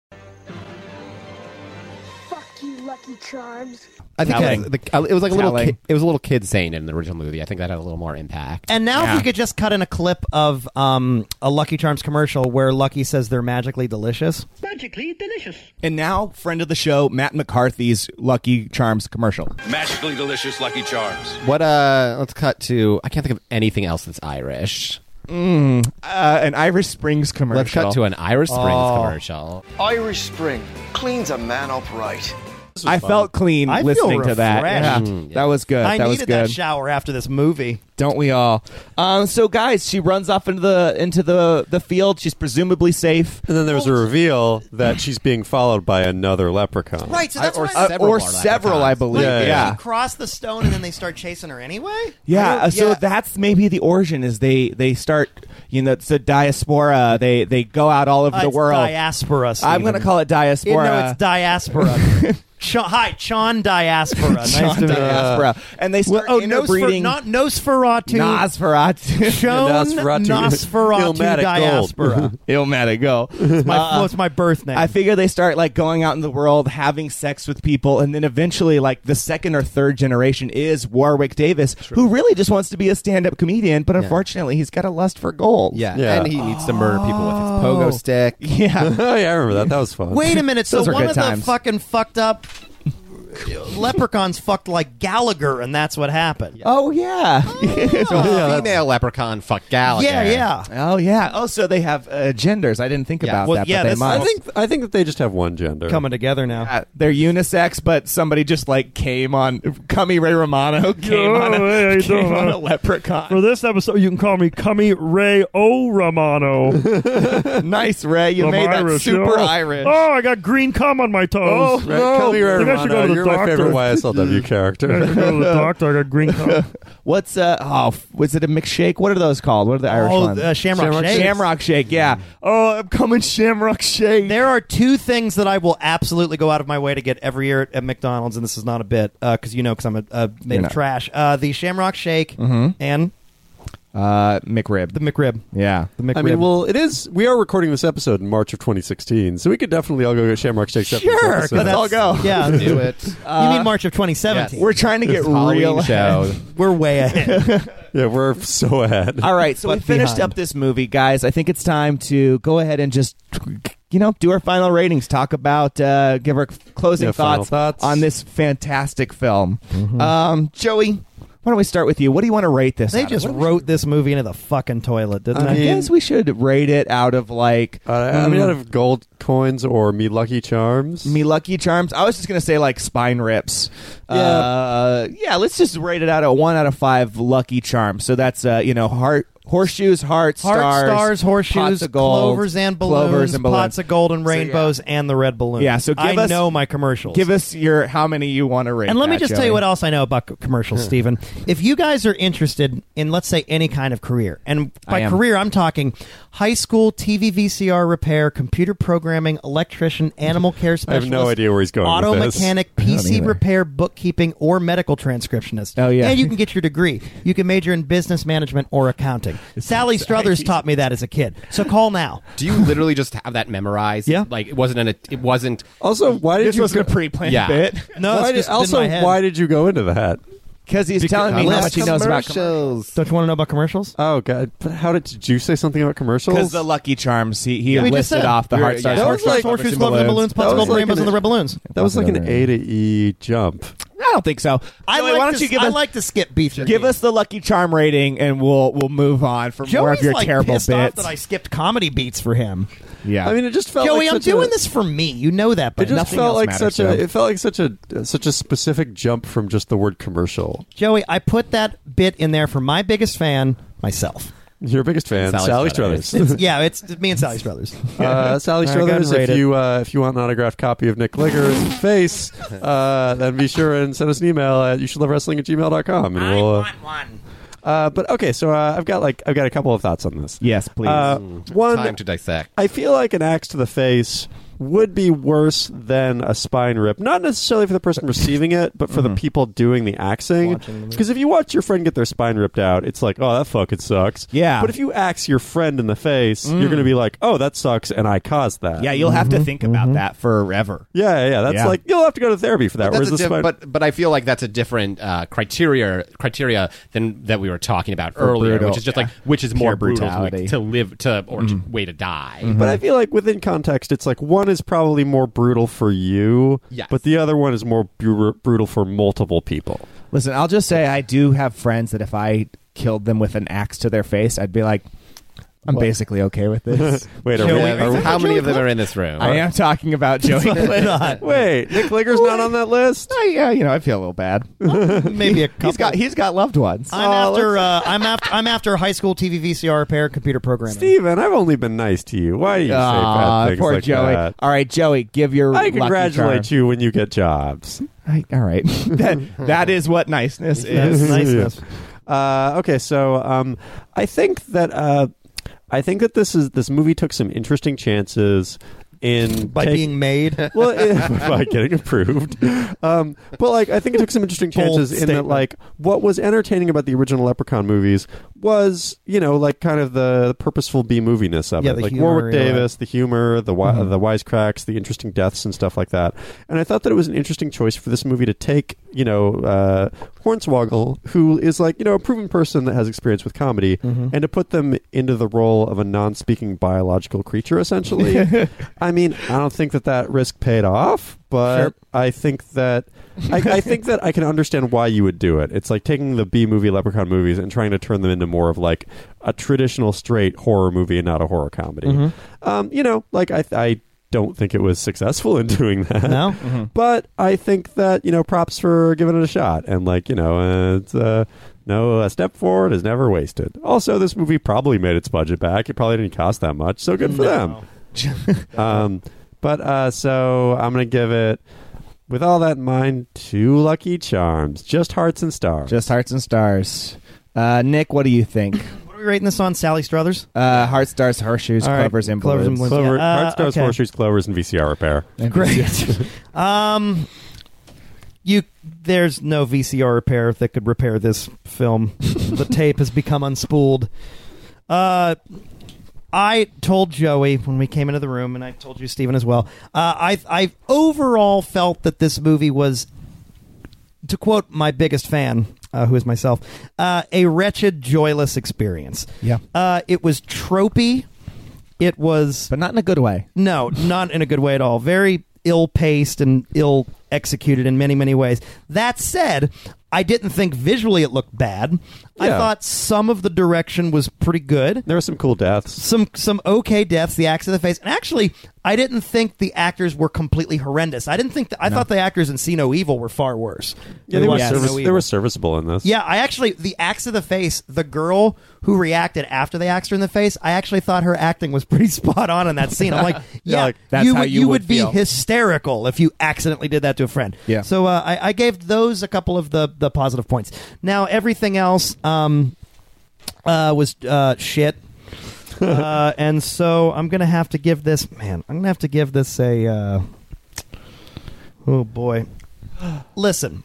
S9: Fuck you, Lucky Charms.
S4: I think it
S5: Telling.
S4: was, the, uh, it was like a little.
S5: Telling.
S4: Kid, it was a little kid saying it in the original movie. I think that had a little more impact.
S3: And now,
S5: Yeah.
S3: if we could just cut in a clip of um, a Lucky Charms commercial where Lucky says they're magically delicious.
S10: magically delicious.
S5: And now, friend of the show, Matt McCarthy's Lucky Charms commercial.
S11: Magically delicious Lucky Charms.
S4: what? Uh, let's cut to. I can't think of anything else that's Irish.
S5: Uh, an Irish Springs commercial.
S4: Let's cut to an Irish Springs commercial.
S10: Irish Spring cleans a man up right.
S5: I felt clean
S3: I feel
S5: listening to that. Yeah.
S3: refreshed.
S5: That was good.
S3: I
S5: that was
S3: needed
S5: good.
S3: that shower after this movie.
S5: Don't we all? Um, so, guys, she runs off into the into the the field. She's presumably safe.
S2: And then there's a reveal that she's being followed by another leprechaun.
S3: Right, so
S4: I-
S3: that's
S4: or
S3: what
S4: Uh,
S3: I
S5: Uh,
S4: Several
S5: or
S4: more
S5: several,
S4: leprechauns.
S5: I believe.
S2: Yeah,
S5: Yeah,
S2: yeah,
S5: yeah.
S3: cross the stone and then they start chasing her anyway.
S5: uh, So
S4: yeah.
S5: that's maybe the origin is they they start you know it's a diaspora. They they go out all over
S3: Uh,
S5: the
S3: it's
S5: world.
S3: diaspora.
S5: I'm going to call it
S3: it.
S5: diaspora.
S3: no, it's diaspora. [laughs] Cha- hi,
S5: [laughs]
S3: Chon diaspora. Nice to meet you.
S5: diaspora, and they
S3: Well,
S5: start
S3: oh, Nosfer-
S5: interbreeding.
S3: not Nosferatu.
S5: Nosferatu.
S3: Chon
S2: Nosferatu.
S3: Nosferatu,
S2: Illmatic
S3: diaspora.
S5: Illmatic, go.
S3: my, well, it's my birth name.
S5: Uh-uh. I figure they start like going out in the world, having sex with people, and then eventually, like the second or third generation is Warwick Davis, who really just wants to be a stand-up comedian, but unfortunately, he's got a lust for gold.
S4: Yeah.
S2: Yeah.
S4: And he needs to murder people with his pogo stick.
S5: [laughs] Oh. yeah.
S2: oh yeah, I remember that. That was fun.
S5: [laughs]
S3: Wait a minute. So
S5: Those were
S3: one
S5: good
S3: of
S5: times.
S3: the fucking fucked up leprechauns fucked like Gallagher, and that's what happened.
S5: Oh yeah.
S4: female leprechaun fuck Gallagher.
S3: yeah, yeah.
S5: Oh yeah. Oh, so they have uh, genders. I didn't think
S4: Yeah.
S5: about
S4: Well,
S5: that.
S3: yeah,
S5: but they
S3: that's-
S5: must.
S2: I think I think that they just have one gender.
S3: Coming together now.
S5: Uh, they're unisex, but somebody just like came on. Cummy Ray Romano came, on, a,
S12: hey, how you
S5: [laughs] came
S12: doing,
S5: on
S12: man?
S5: a leprechaun.
S12: For this episode, you can call me Cummy Ray O Romano.
S5: [laughs] nice Ray, you
S12: I'm
S5: made that
S12: Irish,
S5: super
S12: yo.
S5: Irish. Oh,
S12: Oh, I got green cum on my toes.
S2: Right? Come here,
S12: I think I should go to
S2: Romano.
S12: the
S2: You're my
S12: doctor.
S2: favorite
S12: [laughs]
S2: YSLW
S12: I
S2: character.
S12: should go to
S2: [laughs]
S12: the doctor. I got green cum.
S5: What's uh? Oh, f- was it a McShake? What are those called? What are the Irish
S3: Oh,
S5: ones?
S3: uh, Shamrock Shamrock Shakes.
S5: Shamrock Shake. Yeah. Oh, I'm coming Shamrock Shake.
S3: There are two things that I will absolutely go out of my way to get every year at, at McDonald's, and this is not a bit because you know because I'm a, a made
S5: You're
S3: of
S5: not. Mm-hmm.
S3: trash. Uh, the Shamrock Shake and
S5: uh, McRib.
S3: the McRib.
S5: yeah.
S3: The McRib.
S2: I mean, well, it is. We are recording this episode in March of 2016, so we could definitely all go get Shamrock Shakes. after this
S5: Sure,
S2: episode.
S5: let's all go.
S3: Yeah,
S4: Do
S5: [laughs]
S4: it.
S3: you mean March of 2017?
S5: We're trying to get
S4: Halloween
S5: real
S4: show.
S3: We're, we're
S5: [laughs]
S3: way ahead.
S2: Yeah, we're so ahead.
S5: All right, so we
S3: But
S5: finished
S3: behind.
S5: up this movie, guys. I think it's time to go ahead and just, you know, do our final ratings. Talk about, uh, give our closing
S2: Yeah, final
S5: thoughts,
S2: thoughts. Mm-hmm.
S5: on this fantastic film. Um, Joey, why don't we start with you? What do you want to rate this?
S3: they
S5: out of?
S3: just
S5: What do we-
S3: wrote this movie into the fucking toilet, didn't
S5: I
S3: they?
S5: guess we should rate it out of like
S2: Uh, I mean, out of gold coins or me lucky charms.
S5: me lucky charms. I was just gonna say like spine rips. Yeah, uh, yeah. Let's just rate it out of one out of five lucky charms. So that's uh, you know heart. Horseshoes, hearts,
S3: Heart
S5: stars,
S3: stars, horseshoes,
S5: pots of gold,
S3: clovers and balloons,
S5: clovers and
S3: pots of gold and rainbows, and the red balloon.
S5: Yeah, so give
S3: I
S5: us-
S3: know my commercials.
S5: Give us your how many you want to rate.
S3: And let me
S5: that,
S3: just
S5: Joey.
S3: tell you what else I know about c- commercials, Stephen. If you guys are interested in, let's say, any kind of career, and
S5: I
S3: by
S5: am.
S3: career I'm talking high school TV VCR repair, computer programming, electrician, animal care
S2: I have
S3: specialist,
S2: no idea where he's going.
S3: auto
S2: with this.
S3: mechanic, PC repair, bookkeeping, or medical transcriptionist.
S5: Oh, yeah.
S3: and you can get your degree. You can major in business management or accounting. Sally Struthers taught me that as a kid. So call now.
S4: [laughs] Do you literally just have that memorized?
S3: Yeah.
S4: Like it wasn't an. It wasn't.
S2: Also, why did
S5: This
S2: you?
S5: wasn't a
S2: go-
S5: pre-planned
S4: Yeah.
S5: bit
S3: No,
S2: why
S3: it's
S2: did-
S3: just in
S2: also,
S3: my head.
S2: why did you go into that?
S5: because he's telling me how much he knows about commercials.
S3: Don't you want to know about commercials?
S2: Oh God! But how did, did you say something about commercials?
S5: Because the lucky charms, he, he
S3: Yeah, we just
S5: listed
S3: said.
S5: off the
S4: You're-
S5: heart
S4: yeah.
S5: stars,
S4: That
S5: hearts,
S2: was
S5: stars,
S2: like-
S5: covers,
S3: Horseshoes,
S5: and
S3: love, and balloons,
S2: That
S3: pots,
S2: was
S3: gold,
S2: like
S3: rainbows,
S2: an-
S3: and the red balloons.
S2: that was like an A to E jump.
S5: I don't think so.
S3: I
S5: Joey,
S3: like
S5: why don't
S3: to,
S5: you give
S3: I
S5: us
S3: like to skip beef.
S5: give us the lucky charm rating and we'll we'll move on for more of
S3: Joey's
S5: your
S3: like
S5: terrible
S3: pissed off
S5: bits.
S3: that I skipped comedy beats for him.
S5: [laughs] yeah,
S2: I mean, it just felt.
S3: Joey,
S2: like
S3: I'm
S2: such a-
S3: doing this for me. You know that,
S2: It
S3: but
S2: just
S5: nothing
S2: felt
S5: else
S2: like
S5: matters,
S2: such a.
S5: Joe.
S2: It felt like such a such a specific jump from just the word commercial.
S3: Joey, I put that bit in there for my biggest fan, myself.
S2: Your biggest fan,
S4: Sally
S2: Sally
S4: Struthers.
S2: Struthers. [laughs]
S5: [laughs]
S3: yeah, it's me and Sally's brothers.
S2: Uh, Sally
S3: All right, go ahead
S2: Struthers,
S3: and
S2: if
S3: rate
S2: you uh, if you want an autographed copy of Nick Ligger's
S5: [laughs]
S2: face, uh, then be sure and send us an email at you should love wrestling at gmail.com. And we'll, uh,
S3: one.
S2: uh, but okay, so uh, I've got like I've got a couple of thoughts on this.
S5: yes, please.
S2: Uh,
S4: Mm. Time
S2: one,
S4: to dissect.
S2: I feel like an axe to the face would be worse than a spine rip. Not necessarily for the person receiving it, but
S4: Mm.
S2: for the people doing the axing. Because if you watch your friend get their spine ripped out, it's like, oh, that fucking sucks.
S5: Yeah.
S2: But if you axe your friend in the face,
S4: Mm.
S2: you're going to be like, oh, that sucks, and I caused that.
S5: yeah, you'll have to think about that forever.
S2: Yeah, yeah, yeah. That's
S5: Yeah.
S2: like you'll have to go to therapy for that.
S4: But,
S2: Whereas
S4: that's a
S2: the
S4: diff-
S2: spine,
S4: but but I feel like that's a different uh, criteria criteria than that we were talking about earlier,
S5: brutal,
S4: which is just
S5: yeah.
S4: like which is
S5: Pure
S4: more brutal
S5: brutality. Mm-hmm.
S4: to, to live to or to, way to die.
S2: but I feel like within context, it's like one is probably more brutal for you,
S4: Yes.
S2: but the other one is more bru- brutal for multiple people.
S5: Listen, I'll just say I do have friends that if I killed them with an axe to their face, I'd be like, I'm basically okay with [laughs] this.
S2: Wait, are
S4: But,
S2: we,
S4: yeah,
S2: are we-
S4: how many of them are in this room?
S5: I am talking [laughs] about Joey. Cliff.
S2: wait, Nick Ligger's not on that list.
S5: I, uh, you know, I feel a little bad.
S3: Maybe
S2: [laughs]
S3: a couple.
S5: He's got he's got loved ones.
S3: I'm after. Uh, I'm after. I'm after high school TV VCR repair, computer programming.
S2: Steven, I've only been nice to you. Why do you say
S3: Ah,
S2: bad
S5: Aw,
S2: things
S5: poor
S2: like
S5: Joey.
S2: that?
S5: All right, Joey, give your.
S2: I congratulate
S5: lucky
S2: you when you get jobs.
S5: charm. I- all [laughs] right, that that is what
S2: [laughs]
S5: niceness
S3: That's
S5: is.
S3: niceness.
S2: Uh, okay, so um, I think that uh, I think that this is this movie took some interesting chances in
S3: [laughs] By
S2: tak-
S3: being made,
S2: [laughs] well, it, [laughs] by getting approved. Um, but like, I think it took some interesting
S3: [laughs] Bold
S2: chances in that,
S3: statement.
S2: like, what was entertaining about the original Leprechaun movies was, you know, like kind of the, the purposeful B moviness of
S3: Yeah,
S2: it,
S3: the
S2: like
S3: humor,
S2: Warwick
S3: yeah.
S2: Davis, the humor, the
S3: Mm-hmm.
S2: wi- the wisecracks, the interesting deaths and stuff like that. And I thought that it was an interesting choice for this movie to take you know, uh, Hornswoggle, who is like, you know, a proven person that has experience with comedy,
S3: Mm-hmm.
S2: and to put them into the role of a non speaking biological creature,
S3: [laughs]
S2: essentially. I mean, I don't think that that risk paid off, but
S5: Sure.
S2: I think that I, I think that I can understand why you would do it. It's like taking the B movie Leprechaun movies and trying to turn them into more of like a traditional straight horror movie and not a horror comedy. Um, you know, like I, I don't think it was successful in [laughs] doing that.
S3: No?
S2: but I think that you know, props for giving it a shot and like you know, uh, it's uh, no a step forward is never wasted. Also, this movie probably made its budget back. It probably didn't cost that much, so good for them. Um, but uh, so I'm gonna give it, with all that in mind, two Lucky Charms, just hearts and stars.
S5: Just hearts and stars. Uh, Nick, what do you think?
S3: What are we rating this on, Sally Struthers?
S5: Uh, heart stars, horseshoes,
S3: All right.
S5: clovers, and
S3: Clovers and
S5: balloons.
S3: balloons.
S2: Clover,
S3: Yeah, uh,
S2: hearts, stars,
S3: okay.
S2: horseshoes, clovers, and VCR repair.
S3: Great. um, you there's no VCR repair that could repair this film. the tape has become unspooled. Uh, I told Joey when we came into the room, and I told you Stephen as well. Uh, I I overall felt that this movie was, to quote my biggest fan, uh, who is myself, uh, a wretched, joyless experience.
S5: Yeah.
S3: Uh, it was tropey. It was
S5: But not in a good way.
S3: [laughs] no, not in a good way at all. Very ill paced and ill executed in many, many ways. That said, I didn't think visually it looked bad. I
S2: Yeah.
S3: thought some of the direction was pretty good.
S2: There were some cool deaths.
S3: Some some okay deaths, the axe to the face, and actually, I didn't think the actors were completely horrendous. I didn't think that, I thought the actors in See No Evil were far worse.
S2: Yeah,
S3: We
S2: they were,
S3: watched See No
S2: service, they
S3: Evil.
S2: were serviceable in this.
S3: Yeah, I actually the axe to the face. The girl who reacted after they axed her in the face, I actually thought her acting was pretty [laughs] spot on in that
S5: [laughs]
S3: scene. I'm like, yeah,
S5: like, that's
S3: you,
S5: how
S3: would-
S5: you
S3: you
S5: would
S3: would, be
S5: feel.
S3: hysterical if you accidentally did that to a friend.
S5: Yeah.
S3: So uh, I, I gave those a couple of the the positive points. Now everything else um, uh, was uh,
S5: [laughs]
S3: shit. uh, and so I'm gonna have to give this man. I'm gonna have to give this a. Uh, oh boy, listen.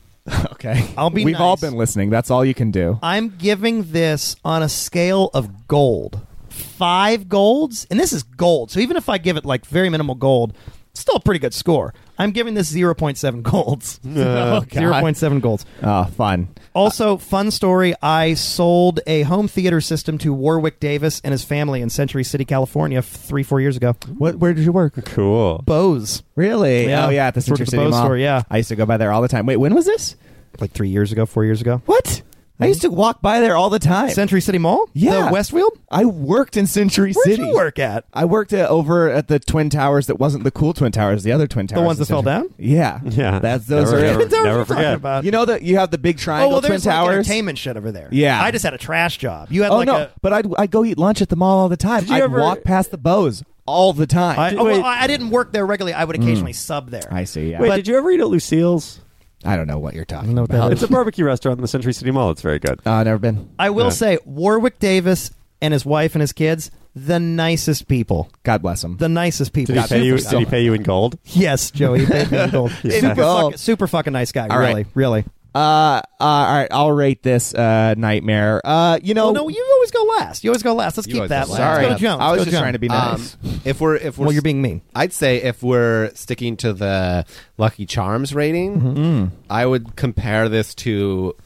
S5: Okay.
S3: I'll be
S5: We've all
S3: nice.
S5: been listening. That's all you can do.
S3: I'm giving this on a scale of gold. Five golds, and this is gold. So even if I give it like very minimal gold, it's still a pretty good score. I'm giving this 0.7 [laughs] golds.
S5: God.
S3: 0.7 golds.
S5: Oh, fun.
S3: Also, fun story I sold a home theater system to Warwick Davis and his family in Century City, California, f- three, four years ago.
S5: What? Where did you work?
S2: Cool.
S3: Bose,
S5: Really?
S3: Yeah.
S5: Oh, yeah. At the
S3: It's where
S5: Century
S3: the
S5: City
S3: Bose
S5: Mall.
S3: store, yeah.
S5: I used to go by there all the time. Wait, when was this?
S3: like three years ago, four years ago.
S5: What? I used to walk by there all the time.
S3: Century City Mall?
S5: Yeah.
S3: The Westfield?
S5: I worked in Century
S3: Where'd
S5: City.
S3: you work at?
S5: I worked uh, over at the Twin Towers that wasn't the cool Twin Towers, the other Twin Towers.
S3: ones
S5: in
S3: that fell
S5: Century-
S3: down?
S5: Yeah.
S2: Yeah.
S5: That's those
S2: Never,
S5: are
S2: never,
S5: it.
S3: That's what
S2: never
S3: I'm talking
S2: forget.
S3: about.
S5: You know that you have the big
S3: Oh,
S5: triangle
S3: well,
S5: Twin
S3: there's like
S5: Towers.
S3: entertainment shit over there.
S5: Yeah.
S3: I just had a trash job. You had
S5: oh
S3: like
S5: no,
S3: a.
S5: but I'd I go eat lunch at the mall all the time.
S2: Did you
S5: I'd
S2: ever-
S5: walk past the bows all the time.
S3: I, oh,
S2: wait.
S3: well, I I didn't work there regularly. I would occasionally sub there.
S5: I see. Yeah.
S2: Wait, did you ever eat at Lucille's?
S5: I don't know what you're talking
S3: know what that
S5: about.
S2: It's a barbecue restaurant in the Century City Mall. It's very good.
S5: Uh, never been.
S3: I will
S2: Yeah.
S3: say Warwick Davis and his wife and his kids, the nicest people.
S5: God bless them.
S3: The nicest people.
S2: Did he, pay you, did he pay you in gold?
S3: Yes, Joey. they paid me gold. super,
S5: Gold.
S3: fuck- super fucking nice guy.
S5: All
S3: really,
S5: right.
S3: really.
S5: uh, uh, all right, I'll rate this uh, nightmare. Uh, you know,
S3: Well, Oh, no, you always go last. You always go last. Let's
S4: You
S3: keep
S4: always
S3: that.
S4: go
S3: Let's
S4: last.
S5: sorry,
S3: go to Jones.
S5: I was
S3: Let's go
S5: just
S3: to
S5: trying to be
S4: Um,
S5: nice.
S4: if we're if we're
S3: Well, you're being mean.
S4: I'd say if we're sticking to the Lucky Charms rating,
S3: Mm-hmm. Mm.
S4: I would compare this to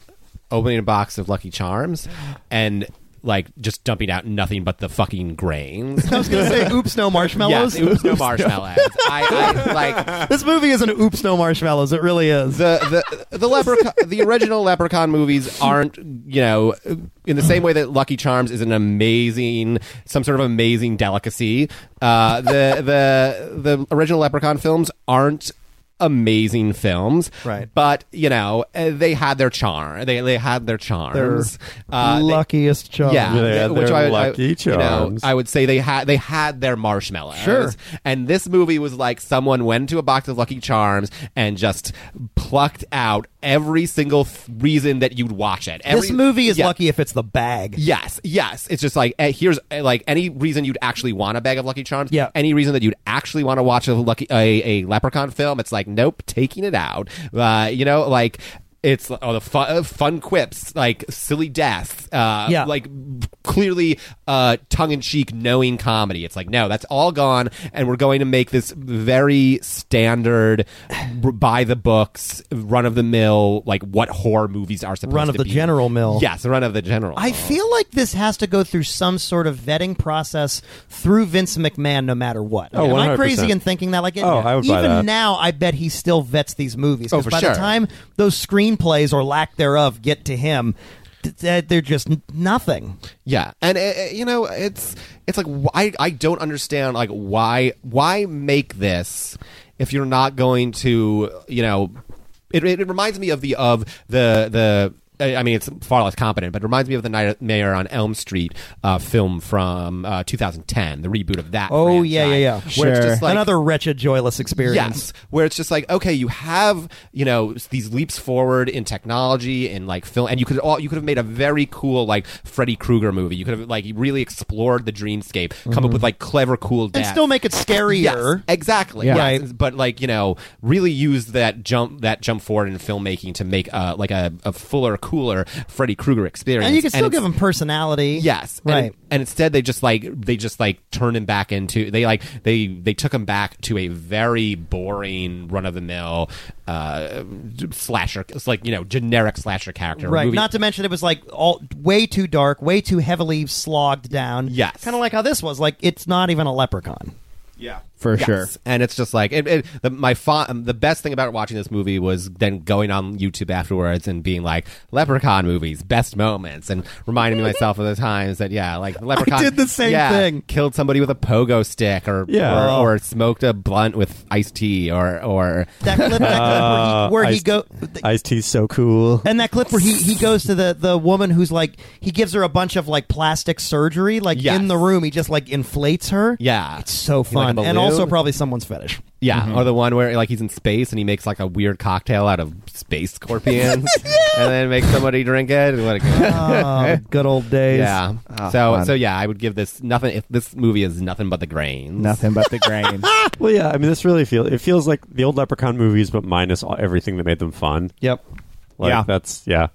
S4: opening a box of Lucky Charms and like just dumping out nothing but the fucking
S3: [laughs]
S4: grains.
S3: I was going to say, oops, no marshmallows.
S4: Yes, oops, no marshmallows. I, I like
S3: [laughs] This movie isn't oops, no marshmallows. It really is.
S4: the [laughs] the the leprechaun the original leprechaun movies aren't you know in the same way that lucky charms is an amazing some sort of amazing delicacy uh the the the original leprechaun films aren't amazing films
S3: Right.
S4: but you know eh, they had their charm they they had their charms they-
S3: Luckiest charm.
S4: Uh, yeah,
S2: Yeah,
S4: yeah, which
S2: they're
S4: I, I-
S2: lucky
S4: you know,
S2: charms.
S4: I would say they had they had their marshmallows.
S3: Sure.
S4: And this movie was like someone went to a box of Lucky Charms and just plucked out every single th- reason that you'd watch it. Every,
S3: This movie is
S4: Yeah.
S3: lucky if it's the bag.
S4: Yes, yes. It's just like eh, here's eh, like any reason you'd actually want a bag of Lucky Charms.
S3: Yeah.
S4: Any reason that you'd actually want to watch a lucky a, a Leprechaun film. It's like nope, taking it out. Uh, you know, like It's oh the fun, uh, fun quips like silly deaths, uh,
S3: Yeah.
S4: like clearly uh, tongue in cheek, knowing comedy. It's like no, that's all gone, and we're going to make this very standard, r- by the books, run of the mill, like what horror movies are supposed
S3: Run
S4: to
S3: of the
S4: be.
S3: general mill.
S4: Yes, run of the general.
S3: I feel like this has to go through some sort of vetting process through Vince McMahon, no matter what.
S2: Oh,
S3: Am I
S2: 100%.
S3: crazy in thinking that? Like, it-
S2: Oh, I would
S3: even
S2: buy that.
S3: now, I bet he still vets these movies. 'cause
S4: Oh, for
S3: by
S4: sure.
S3: the time those screenplays or lack thereof get to him, th- th- they're just n- nothing.
S4: Yeah, and uh, uh, you know, it's it's like wh- I I don't understand like why why make this if you're not going to you know it it reminds me of the of the the. eh, I I mean, it's far less competent, but it reminds me of the Nightmare on Elm Street uh, film from uh, 2010, the reboot of that.
S3: Oh,
S4: franchise,
S3: yeah, yeah, yeah.
S4: Where it's just like,
S3: Another wretched, joyless experience.
S4: Yes, where it's just like okay, you have you know s- these leaps forward in technology and like film, and you could all you could have made a very cool like Freddy Krueger movie. You could have like really explored the dreamscape, come
S3: Mm-hmm.
S4: up with like clever, cool,
S3: And
S4: deaths.
S3: still make it scarier.
S4: Yes, exactly.
S3: Yeah.
S4: Yes.
S3: Right.
S4: But like you know, really use that jump that jump forward in filmmaking to make uh, like a, a fuller, cooler Freddy Krueger experience.
S3: And you can still
S4: it's-
S3: give him personality.
S4: Yes, And-
S3: Right.
S4: And, instead, they just like they just like turn him back into they like they they took him back to a very boring run of the mill uh, slasher. It's like you know generic slasher character.
S3: Right.
S4: movie.
S3: Not to mention it was like all way too dark, way too heavily slogged down.
S4: Yes.
S3: Kind of like how this was. Like it's not even a leprechaun.
S5: for
S4: Yes.
S5: sure.
S4: And it's just like it, it, the, my fa- um, the best thing about watching this movie was then going on YouTube afterwards and being like Leprechaun movies best moments and reminding myself of the times that yeah like Leprechaun
S3: did the same
S4: yeah,
S3: thing.
S4: killed somebody with a pogo stick or
S2: Yeah.
S4: or, or smoked a blunt with iced tea or or
S3: That
S4: [laughs]
S3: clip, that clip
S4: Uh,
S3: where he, where he
S2: Ice-
S3: go,
S2: Ice T's so cool.
S3: and that clip where he, he goes to the, the woman who's like he gives her a bunch of like plastic surgery like
S4: Yes.
S3: in the room he just like inflates her.
S4: yeah
S3: It's so Mm-hmm.
S4: like a
S3: fun
S4: balloon?
S3: and also probably
S4: [laughs]
S3: someone's fetish.
S4: yeah or the one where like he's in space and he makes like a weird cocktail out of space
S3: [laughs]
S4: scorpions and then makes somebody drink it and let it go.
S3: Oh, good old days.
S4: Yeah.
S5: uh,
S4: so so yeah, I would give this nothing. If this movie is nothing but the grains.
S5: Nothing but the
S3: [laughs]
S5: grain.
S2: [laughs] Well, yeah. I mean, this really feels it feels like the old Leprechaun movies, but minus all, everything that made them fun.
S3: Yep.
S2: Like,
S5: Yeah.
S2: that's yeah.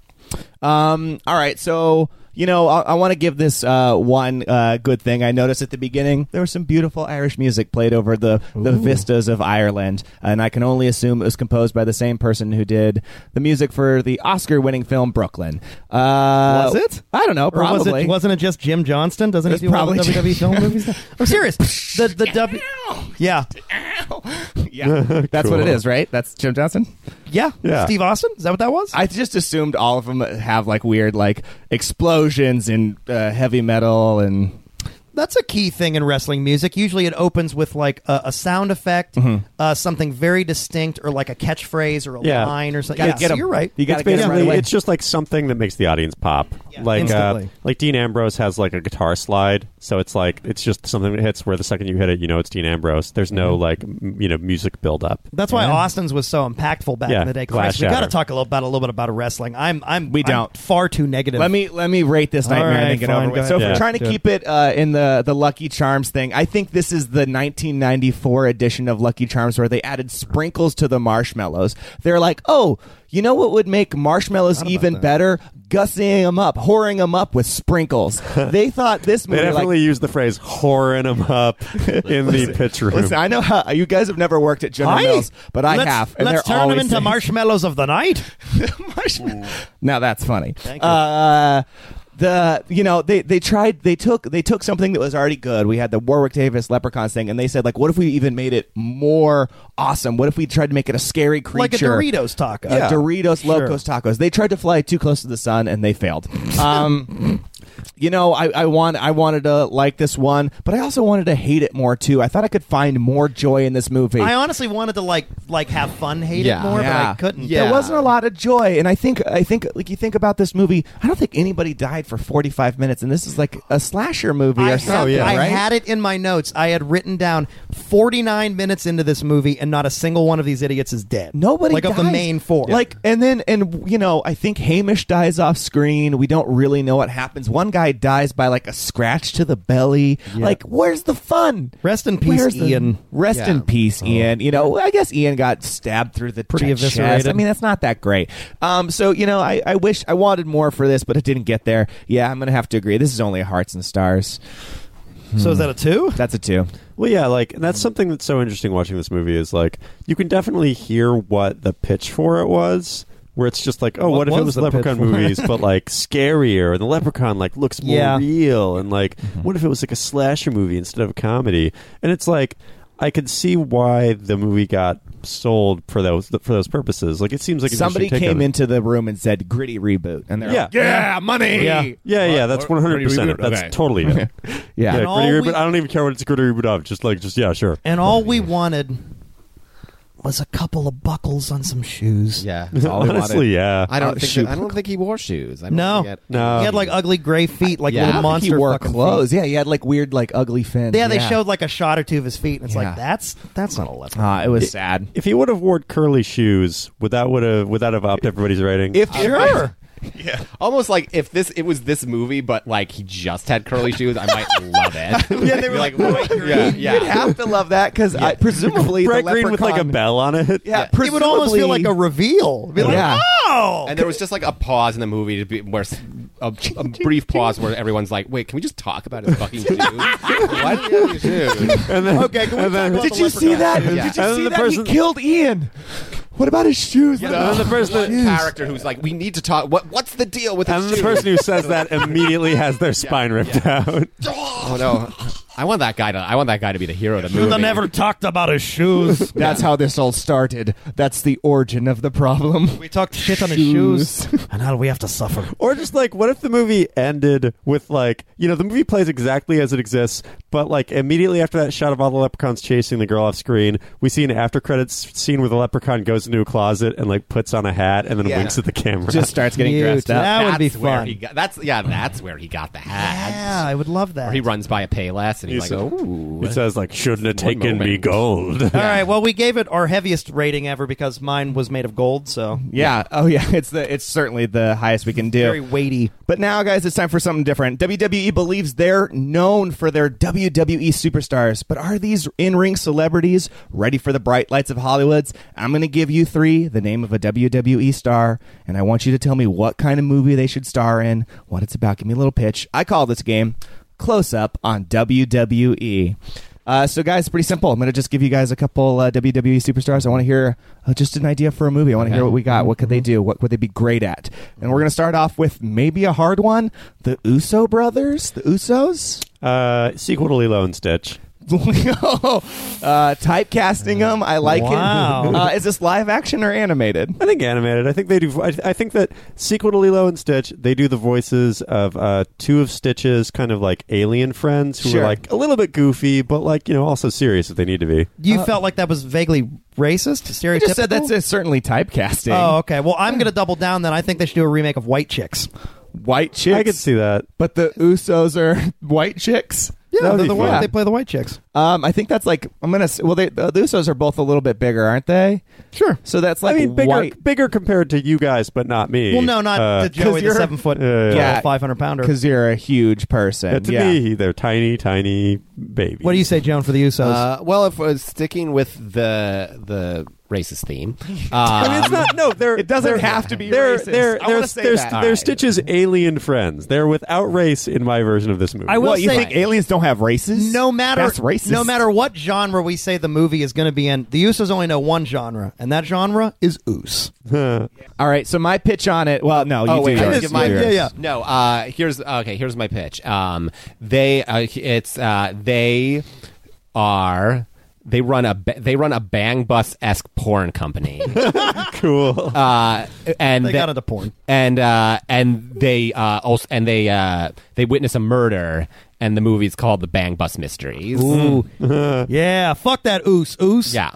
S5: Um, all right, so you know, I, I want to give this uh, one uh, good thing. I noticed at the beginning there was some beautiful Irish music played over the the vistas of Ireland, and I can only assume it was composed by the same person who did the music for the Oscar-winning film Brooklyn. Uh,
S3: Was it?
S5: I don't know.
S3: Or
S5: Probably
S3: was it, wasn't it just Jim Johnston? Doesn't
S5: It's
S3: he do probably all
S5: probably
S3: the WWE film movies? now? I'm serious. The the
S4: [laughs]
S5: [laughs]
S3: W. Yeah, [laughs]
S5: yeah, that's what it
S2: Cool.
S5: is, right? That's Jim Johnson.
S3: yeah,
S2: Yeah.
S3: Steve Austin. Is that what that was?
S5: I just assumed all of them have like weird like explosions and uh, heavy metal and
S3: That's a key thing in wrestling music. Usually, it opens with like a, a sound effect,
S5: Mm-hmm.
S3: uh, something very distinct, or like a catchphrase or a
S2: Yeah.
S3: line or something.
S5: Gotta
S3: yeah,
S5: get
S3: so
S5: 'em.
S3: you're right.
S5: You gotta
S2: it's
S5: get 'em right
S2: basically
S5: away.
S2: it's just like something that makes the audience pop. like uh,
S3: Instantly.
S2: like Dean Ambrose has like a guitar slide, so it's like it's just something that hits where the second you hit it, you know it's Dean Ambrose. There's
S5: Mm-hmm.
S2: no like m- you know music build up.
S3: That's why Austin's was so impactful back
S2: Yeah,
S3: in the day.
S2: glass
S3: Christ, we got to
S2: shatter.
S3: talk a little about a little bit about wrestling. I'm I'm
S5: We
S3: I'm
S5: don't.
S3: far too negative.
S5: Let me let me rate this
S3: All
S5: nightmare and then
S3: right,
S5: get
S3: fine,
S5: over
S3: go
S5: with. So
S2: ahead.
S5: if we're
S2: Yeah.
S5: trying to
S3: Do it.
S5: keep it uh, in the the Lucky Charms thing, I think this is the 1994 edition of Lucky Charms where they added sprinkles to the marshmallows. They're like, oh, you know what would make marshmallows even better? Gussying them up, whoring them up with
S3: [laughs]
S5: sprinkles. they thought this
S2: They
S5: movie like,
S2: definitely use the phrase "whoring them
S5: [laughs]
S2: up" in the pitch room.
S5: Listen, I know how you guys have never worked at General Mills, but I
S3: let's,
S5: have, and they're
S3: Let's turn them
S5: always
S3: into
S5: saying-
S3: marshmallows of the night. [laughs]
S5: marshmallow. Now that's funny. Uh, the you know they, they tried they took they took something that was already good. We had the Warwick Davis Leprechauns thing, and they said like, what if we even made it more awesome? What if we tried to make it a scary creature,
S3: Like a Doritos taco.
S5: a
S3: Yeah.
S5: Doritos Locos Tacos? They tried to fly too close to the sun, and they failed. Um, you know, I, I want I wanted to like this one, but I also wanted to hate it more too. I thought I could find more joy in this movie.
S3: I honestly wanted to like like have fun, hate
S4: Yeah.
S3: it more, but
S5: Yeah.
S3: I couldn't.
S4: Yeah.
S5: There wasn't a lot of joy, and I think I think like you think about this movie. I don't think anybody died for forty five minutes, and this is like a slasher movie
S3: I,
S5: or
S3: had,
S5: something,
S3: I
S5: right?
S3: had it in my notes. I had written down 49 minutes into this movie, and not a single one of these idiots is dead.
S5: Nobody
S3: like
S5: dies.
S3: of the main four.
S5: Like and then and you know I think Hamish dies off screen. We don't really know what happens. One one guy dies by like a scratch to the belly. Like, where's the fun?
S3: Rest in peace,
S5: Where's the-
S3: Ian.
S5: Rest
S3: Yeah. Oh.
S5: in peace, Ian. You know, I guess Ian got stabbed through the
S3: Pretty
S5: chest.
S3: eviscerated.
S5: I mean, that's not that great. Um, so you know, I, I wish I wanted more for this, but it didn't get there. Yeah, I'm gonna have to agree. This is only hearts and stars.
S3: So is that a two?
S5: That's a two.
S2: Well, yeah, like and that's something that's so interesting watching this movie is like you can definitely hear what the pitch for it was. Where it's just like, oh, what,
S3: What
S2: if it
S3: was
S2: was
S3: the pitch
S2: Leprechaun
S3: for it?
S2: movies, but like scarier, and the Leprechaun like looks more
S3: Yeah. Mm-hmm.
S2: real, and like, what if it was like a slasher movie instead of a comedy? And it's like, I could see why the movie got sold for those for those purposes. Like, it seems like an
S5: Somebody
S2: interesting take on
S5: came
S2: it.
S5: into the room and said gritty reboot, and they're
S2: Yeah.
S5: like,
S4: Yeah, money.
S5: Yeah.
S2: Yeah, yeah, that's one hundred percent.
S4: Reboot,
S2: That's
S4: okay.
S2: totally
S3: [laughs]
S2: it. yeah,
S5: yeah.
S3: And all
S2: gritty
S3: we-
S2: reboot. I don't even care what it's a gritty reboot of. Just like, just yeah, sure.
S3: And all we wanted was a couple of buckles on some shoes.
S4: Yeah.
S5: That's all we wanted.
S2: [laughs] Honestly, yeah.
S4: I
S5: Uh,
S4: don't think
S5: shoot.
S4: that- I don't think he wore shoes. I don't
S3: No.
S4: think it-
S2: No.
S3: he had like ugly gray feet, like
S4: Yeah. I
S3: little
S4: don't
S5: I think
S3: monster
S5: he wore
S3: fucking
S5: clothes.
S3: feet.
S5: Yeah, he had like weird, like ugly fins.
S3: Yeah, they showed like a shot or two of his feet, and it's
S5: Yeah.
S3: like that's that's not a leopard.
S5: Ah, it was sad.
S2: If he would have worn curly shoes, would that would have would that have upped everybody's rating?
S4: If
S3: [laughs]
S4: sure. Yeah. Almost like if this it was this movie, but like he just had curly shoes,
S5: [laughs]
S4: I might love it.
S5: Yeah, they were
S4: Be
S5: like,
S4: yeah, yeah.
S5: You'd have to love that because presumably
S2: Brett
S5: the
S2: Green with like a
S5: leprechaun-
S2: bell on it.
S5: Yeah,
S3: it would almost feel
S5: presumably-
S3: like a reveal. Be like,
S5: Yeah.
S3: oh,
S4: And there was just like a pause in the movie to be where s-
S5: [laughs]
S4: a, a brief pause where everyone's like, "Wait, can we just talk about his
S5: [laughs]
S4: fucking shoes? Why did he have these shoes?"
S2: And then,
S3: Okay, can we
S2: and then,
S3: talk about
S5: Did you see that?
S4: Yeah.
S5: Did you
S3: Uh,
S2: And then
S5: see
S2: the
S5: that?
S2: person-
S5: He killed Ian. What about his shoes?
S4: Yeah,
S5: Like,
S2: and then the person that-
S4: One character who's like, "We need to talk. What what's the deal with his
S2: and the
S4: shoes?"
S2: person who says that immediately has their spine ripped out.
S4: oh no, I want that guy to. I want that guy to be the hero of the movie.
S7: They never talked about his shoes.
S5: That's how this all started. That's the origin of the problem.
S3: [laughs] we talked shit on his shoes,
S7: and how do we have to suffer?
S2: Or just like, what if the movie ended with like, you know, the movie plays exactly as it exists, but like immediately after that shot of all the leprechauns chasing the girl off screen, we see an after credits scene where the leprechaun goes into a closet and like puts on a hat and then
S5: Yeah.
S2: winks at the camera.
S5: Just starts [laughs] getting
S3: Cute.
S5: dressed up.
S3: That would be
S4: That's where
S3: fun.
S4: he got- that's yeah. That's where he got the hat.
S3: yeah, I would love that.
S4: Or he runs by a Payless and
S2: He
S4: he's
S2: said-
S4: like,
S3: [laughs]
S4: "Ooh."
S2: it says like, shouldn't have
S4: One
S2: taken me
S4: moment.
S2: gold.
S3: All right, well, we gave it our heaviest rating ever because mine was made of gold, so
S5: Yeah. Oh yeah. It's the. It's certainly the highest we can do.
S3: very weighty.
S5: But now, guys, it's time for something different. WWE believes they're known for their WWE superstars, but are these in ring celebrities ready for the bright lights of Hollywood's? I'm going to give you three the name of a WWE star, and I want you to tell me what kind of movie they should star in, what it's about. Give me a little pitch. I call this game Close Up on WWE. Uh, so, guys, pretty simple. I'm going to just give you guys a couple uh, WWE superstars. I want to hear uh, just an idea for a movie. I want to hear what we got. What could
S2: Mm-hmm.
S5: they do? What would they be great at? And we're going to start off with maybe a hard one the Uso brothers, the Usos. [laughs]
S2: Uh, sequel to Lilo and Stitch.
S5: uh, typecasting them. I like
S3: Wow.
S5: it. Uh, is this live action or animated?
S2: I think animated. I think they do. I, I think that sequel to Lilo and Stitch, they do the voices of uh, two of Stitch's kind of like alien friends who
S5: Sure.
S2: are like a little bit goofy, but like you know also serious if they need to be.
S3: You felt like that was vaguely racist, stereotypical.
S5: Uh, I just said that's uh, certainly typecasting.
S3: Oh, okay. Well, I'm going to double down then. I think they should do a remake of White Chicks.
S5: White chicks.
S2: I could see that.
S5: But the Usos are [laughs] white chicks.
S2: That would
S3: they're
S2: be
S3: the
S2: fun.
S3: ones- they play the White Chicks.
S5: Um, I think that's like I'm gonna. s- Well, they, the Usos are both a little bit bigger, aren't they?
S3: Sure.
S5: So that's like
S2: I mean, bigger,
S5: white
S2: bigger compared to you guys, but not me.
S3: Well, no, not
S2: Uh, [laughs]
S3: the Joey, the
S5: you're-
S3: seven foot,
S2: Yeah, yeah.
S5: Yeah.
S3: five hundred pounder.
S5: because you're a huge person.
S2: yeah, to
S5: yeah.
S2: me, they're tiny, tiny babies.
S3: What do you say, Joan, for the Usos?
S4: Uh, well, if we're sticking with the the racist theme,
S2: I mean,
S4: um,
S2: it's not. No, they're.
S5: It doesn't
S2: they're-
S5: have to be
S2: They're
S5: racist.
S2: they're
S5: I
S2: they're
S5: wanna say
S2: they're,
S5: that.
S2: they're
S5: All right.
S2: Stitch's alien friends. They're without race in my version of this movie.
S3: I will
S5: What you
S3: say-
S5: think aliens don't have races?
S3: no matter
S5: that's racist.
S3: no matter what genre we say the movie is going to be in, the Usos only know one genre, and that genre is Oos.
S5: All right. So my pitch on it. Well, no. You
S4: oh
S5: do
S4: wait, I
S5: yours.
S4: can give mine.
S5: You do
S3: yeah,
S5: yours.
S3: yeah.
S4: No, uh, here's okay. Here's my pitch. Um, they uh, it's uh, they are they run a ba- they run a bang bus esque porn
S3: [laughs]
S4: company,
S2: cool.
S4: uh, and
S3: They got into porn.
S4: and uh, and they uh, also and they uh, they witness a murder. and the movie's called The Bang Bus Mysteries.
S5: Hmm.
S3: Ooh.
S5: [laughs]
S3: yeah, fuck that oos oos. [laughs]
S4: Yeah.